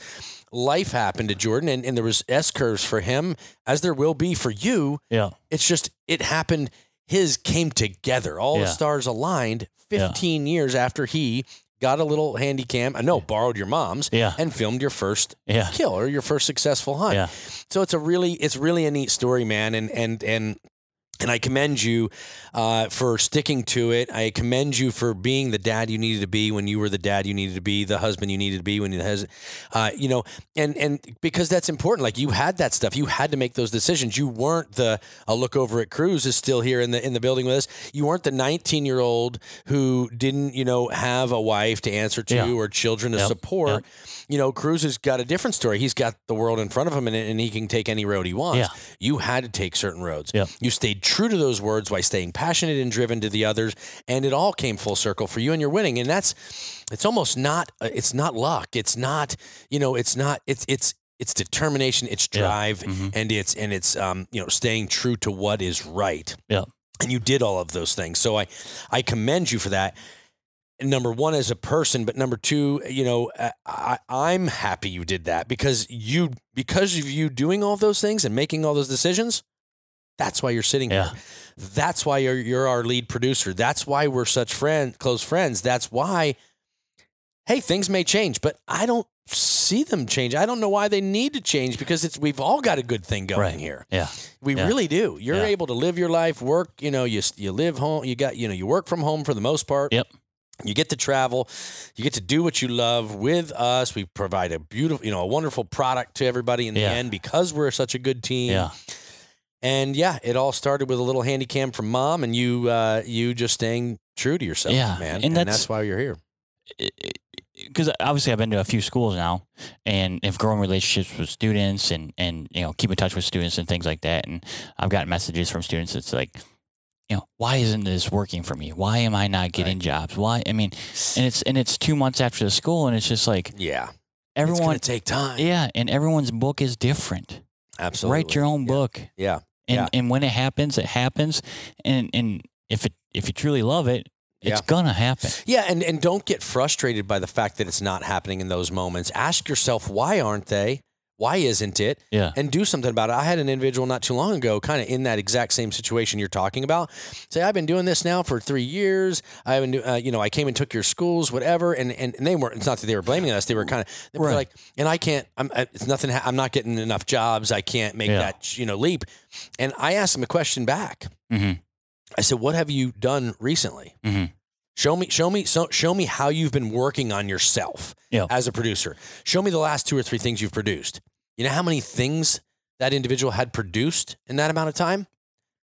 S1: Life happened to Jordan, and, and there was S curves for him, as there will be for you.
S2: yeah,
S1: It's just it happened. His came together. All the
S2: Yeah.
S1: stars aligned.
S2: Yeah.
S1: Fifteen years after he got a little handy cam, I know, borrowed your mom's
S2: yeah,
S1: and filmed your first
S2: yeah,
S1: kill or your first successful hunt.
S2: yeah.
S1: So it's a really it's really a neat story, man, and and and. And I commend you uh, for sticking to it. I commend you for being the dad you needed to be when you were the dad you needed to be, the husband you needed to be when you has, uh, you know, and and because that's important. Like you had that stuff, you had to make those decisions. You weren't the I'll look over at Cruz is still here in the in the building with us. You weren't the 19 year old who didn't you know have a wife to answer to
S2: Yeah.
S1: or children to
S2: Yep,
S1: support
S2: yep.
S1: you know, Cruz has got a different story. He's got the world in front of him and, and he can take any road he wants.
S2: Yeah.
S1: You had to take certain roads.
S2: Yeah.
S1: You stayed true to those words by staying passionate and driven to the others. And it all came full circle for you and you're winning. And that's, it's almost not, uh, it's not luck. It's not, you know, it's not, it's, it's, it's determination, it's
S2: Yeah.
S1: drive,
S2: Mhm.
S1: and it's and it's um, you know staying true to what is right.
S2: Yeah.
S1: And you did all of those things, so I I commend you for that. And number one, as a person, but number two, you know, I, I, I'm happy you did that because you because of you doing all those things and making all those decisions. That's why you're sitting
S2: Yeah.
S1: here. That's why you're you're our lead producer. That's why we're such friend close friends. That's why. Hey, things may change, but I don't see them change. I don't know why they need to change because it's we've all got a good thing going
S2: Right.
S1: here.
S2: Yeah.
S1: We
S2: Yeah.
S1: really do. You're
S2: Yeah.
S1: able to live your life, work. You know, you you live home. You got you know you work from home for the most part.
S2: Yep.
S1: You get to travel. You get to do what you love with us. We provide a beautiful, you know, a wonderful product to everybody in
S2: Yeah.
S1: the end because we're such a good team.
S2: Yeah.
S1: And yeah, it all started with a little handy cam from mom and you uh you just staying true to yourself,
S2: Yeah,
S1: man.
S2: and
S1: And, that's,
S2: that's-
S1: why you're here.
S2: because obviously I've been to a few schools now and have grown relationships with students and, and, you know, keep in touch with students and things like that. And I've gotten messages from students. It's like, you know, why isn't this working for me? Why am I not getting jobs? Why? I mean, and it's, and it's two months after the school and it's just like
S1: Yeah. it's
S2: everyone,
S1: going to take time.
S2: yeah. And everyone's book is different.
S1: Absolutely.
S2: Write your own
S1: Yeah.
S2: book.
S1: Yeah.
S2: And,
S1: Yeah.
S2: and when it happens, it happens. And, and if it, if you truly love it, it's
S1: Yeah.
S2: gonna happen.
S1: Yeah, and and don't get frustrated by the fact that it's not happening in those moments. Ask yourself why aren't they? Why isn't it?
S2: Yeah.
S1: and do something about it. I had an individual not too long ago, kind of in that exact same situation you're talking about. Say, I've been doing this now for three years. I've been, do- uh, you know, I came and took your schools, whatever. And and, and they weren't. It's not that they were blaming us. They were kind of they were
S2: Right.
S1: like, and I can't. I'm. I- It's nothing. ha- I'm not getting enough jobs. I can't make
S2: Yeah.
S1: that you know leap. And I asked them a question back.
S2: Mhm.
S1: I said, What have you done recently?
S2: Mhm.
S1: Show me, show me, so, show me how you've been working on yourself
S2: Yeah.
S1: as a producer. Show me the last two or three things you've produced. You know how many things that individual had produced in that amount of time?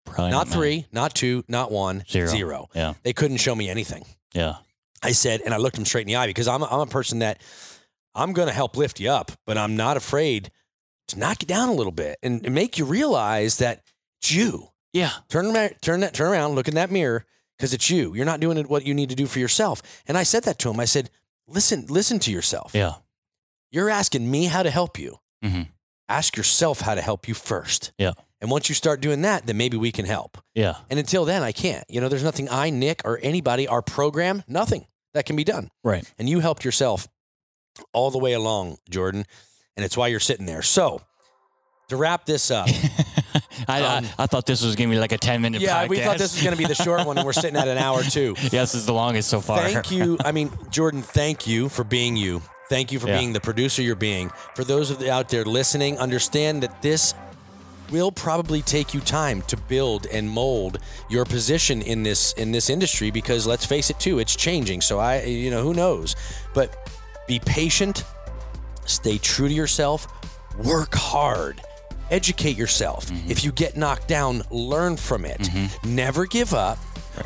S2: Probably
S1: not
S2: many.
S1: three, not two, not one,
S2: Zero.
S1: zero.
S2: Yeah.
S1: They couldn't show me anything.
S2: Yeah.
S1: I said, and I looked him straight in the eye because I'm a, I'm a person that I'm going to help lift you up, but I'm not afraid to knock you down a little bit and, and make you realize that it's you
S2: Yeah.
S1: turn ma- turn that turn around, look in that mirror because it's you. You're not doing it what you need to do for yourself. And I said that to him. I said, "Listen, listen to yourself.
S2: Yeah.
S1: You're asking me how to help you.
S2: Mhm.
S1: Ask yourself how to help you first.
S2: Yeah.
S1: And once you start doing that, then maybe we can help.
S2: Yeah.
S1: And until then, I can't. You know, there's nothing I, Nick, or anybody, our program, nothing that can be done.
S2: Right.
S1: And you helped yourself all the way along, Jordan. And it's why you're sitting there. So to wrap this up.
S2: I,
S1: Um,
S2: I I thought this was gonna be like a ten minute.
S1: yeah,
S2: podcast.
S1: we thought this was going to be the short one, and we're sitting at an hour too.
S2: yeah, this is the longest so far.
S1: Thank you. I mean, Jordan, thank you for being you. Thank you for
S2: Yeah.
S1: being the producer you're being. For those of the out there listening, understand that this will probably take you time to build and mold your position in this in this industry because let's face it too, it's changing. So I you know, who knows. But be patient, stay true to yourself, work hard, educate yourself. If you get knocked down, learn from it. Never give up.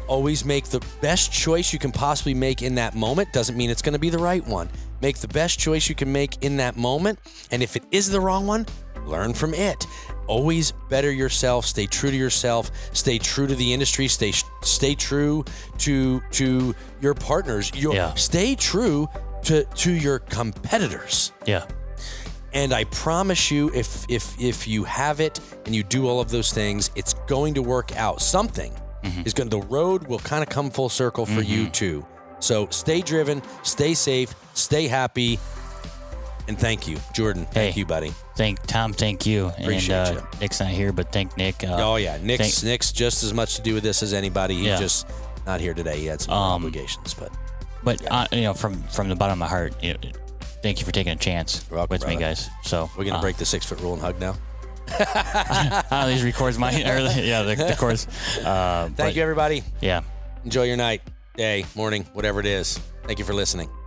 S1: Always make the best choice you can possibly make in that moment. Doesn't mean it's going to be the right one. Make the best choice you can make in that moment. And if it is the wrong one, learn from it. Always better yourself. Stay true to yourself. Stay true to the industry. Stay stay true to to your partners. Your,
S2: Yeah.
S1: Stay true to to your competitors.
S2: Yeah.
S1: And I promise you, if if if you have it and you do all of those things, it's going to work out. Something
S2: Mm-hmm.
S1: is going. The road will kind of come full circle for you too. So stay driven, stay safe, stay happy, and thank you, Jordan. Thank
S2: Hey.
S1: you, buddy.
S2: Thank Tom. Thank you.
S1: Appreciate
S2: and, uh,
S1: ya.
S2: Nick's not here, but thank Nick. Uh,
S1: oh yeah, Nick's
S2: thank-
S1: Nick's just as much to do with this as anybody. He's
S2: Yeah.
S1: just not here today. He had some
S2: Um,
S1: obligations, but
S2: But uh, you know, from from the bottom of my heart, you know, thank you for taking a chance
S1: You're welcome,
S2: with me,
S1: brother.
S2: guys. So
S1: we're gonna
S2: uh,
S1: break the six foot rule and hug now.
S2: Ah, these records my early. Yeah, the, the chords. Uh,
S1: Thank you, everybody.
S2: Yeah.
S1: Enjoy your night, day, morning, whatever it is. Thank you for listening.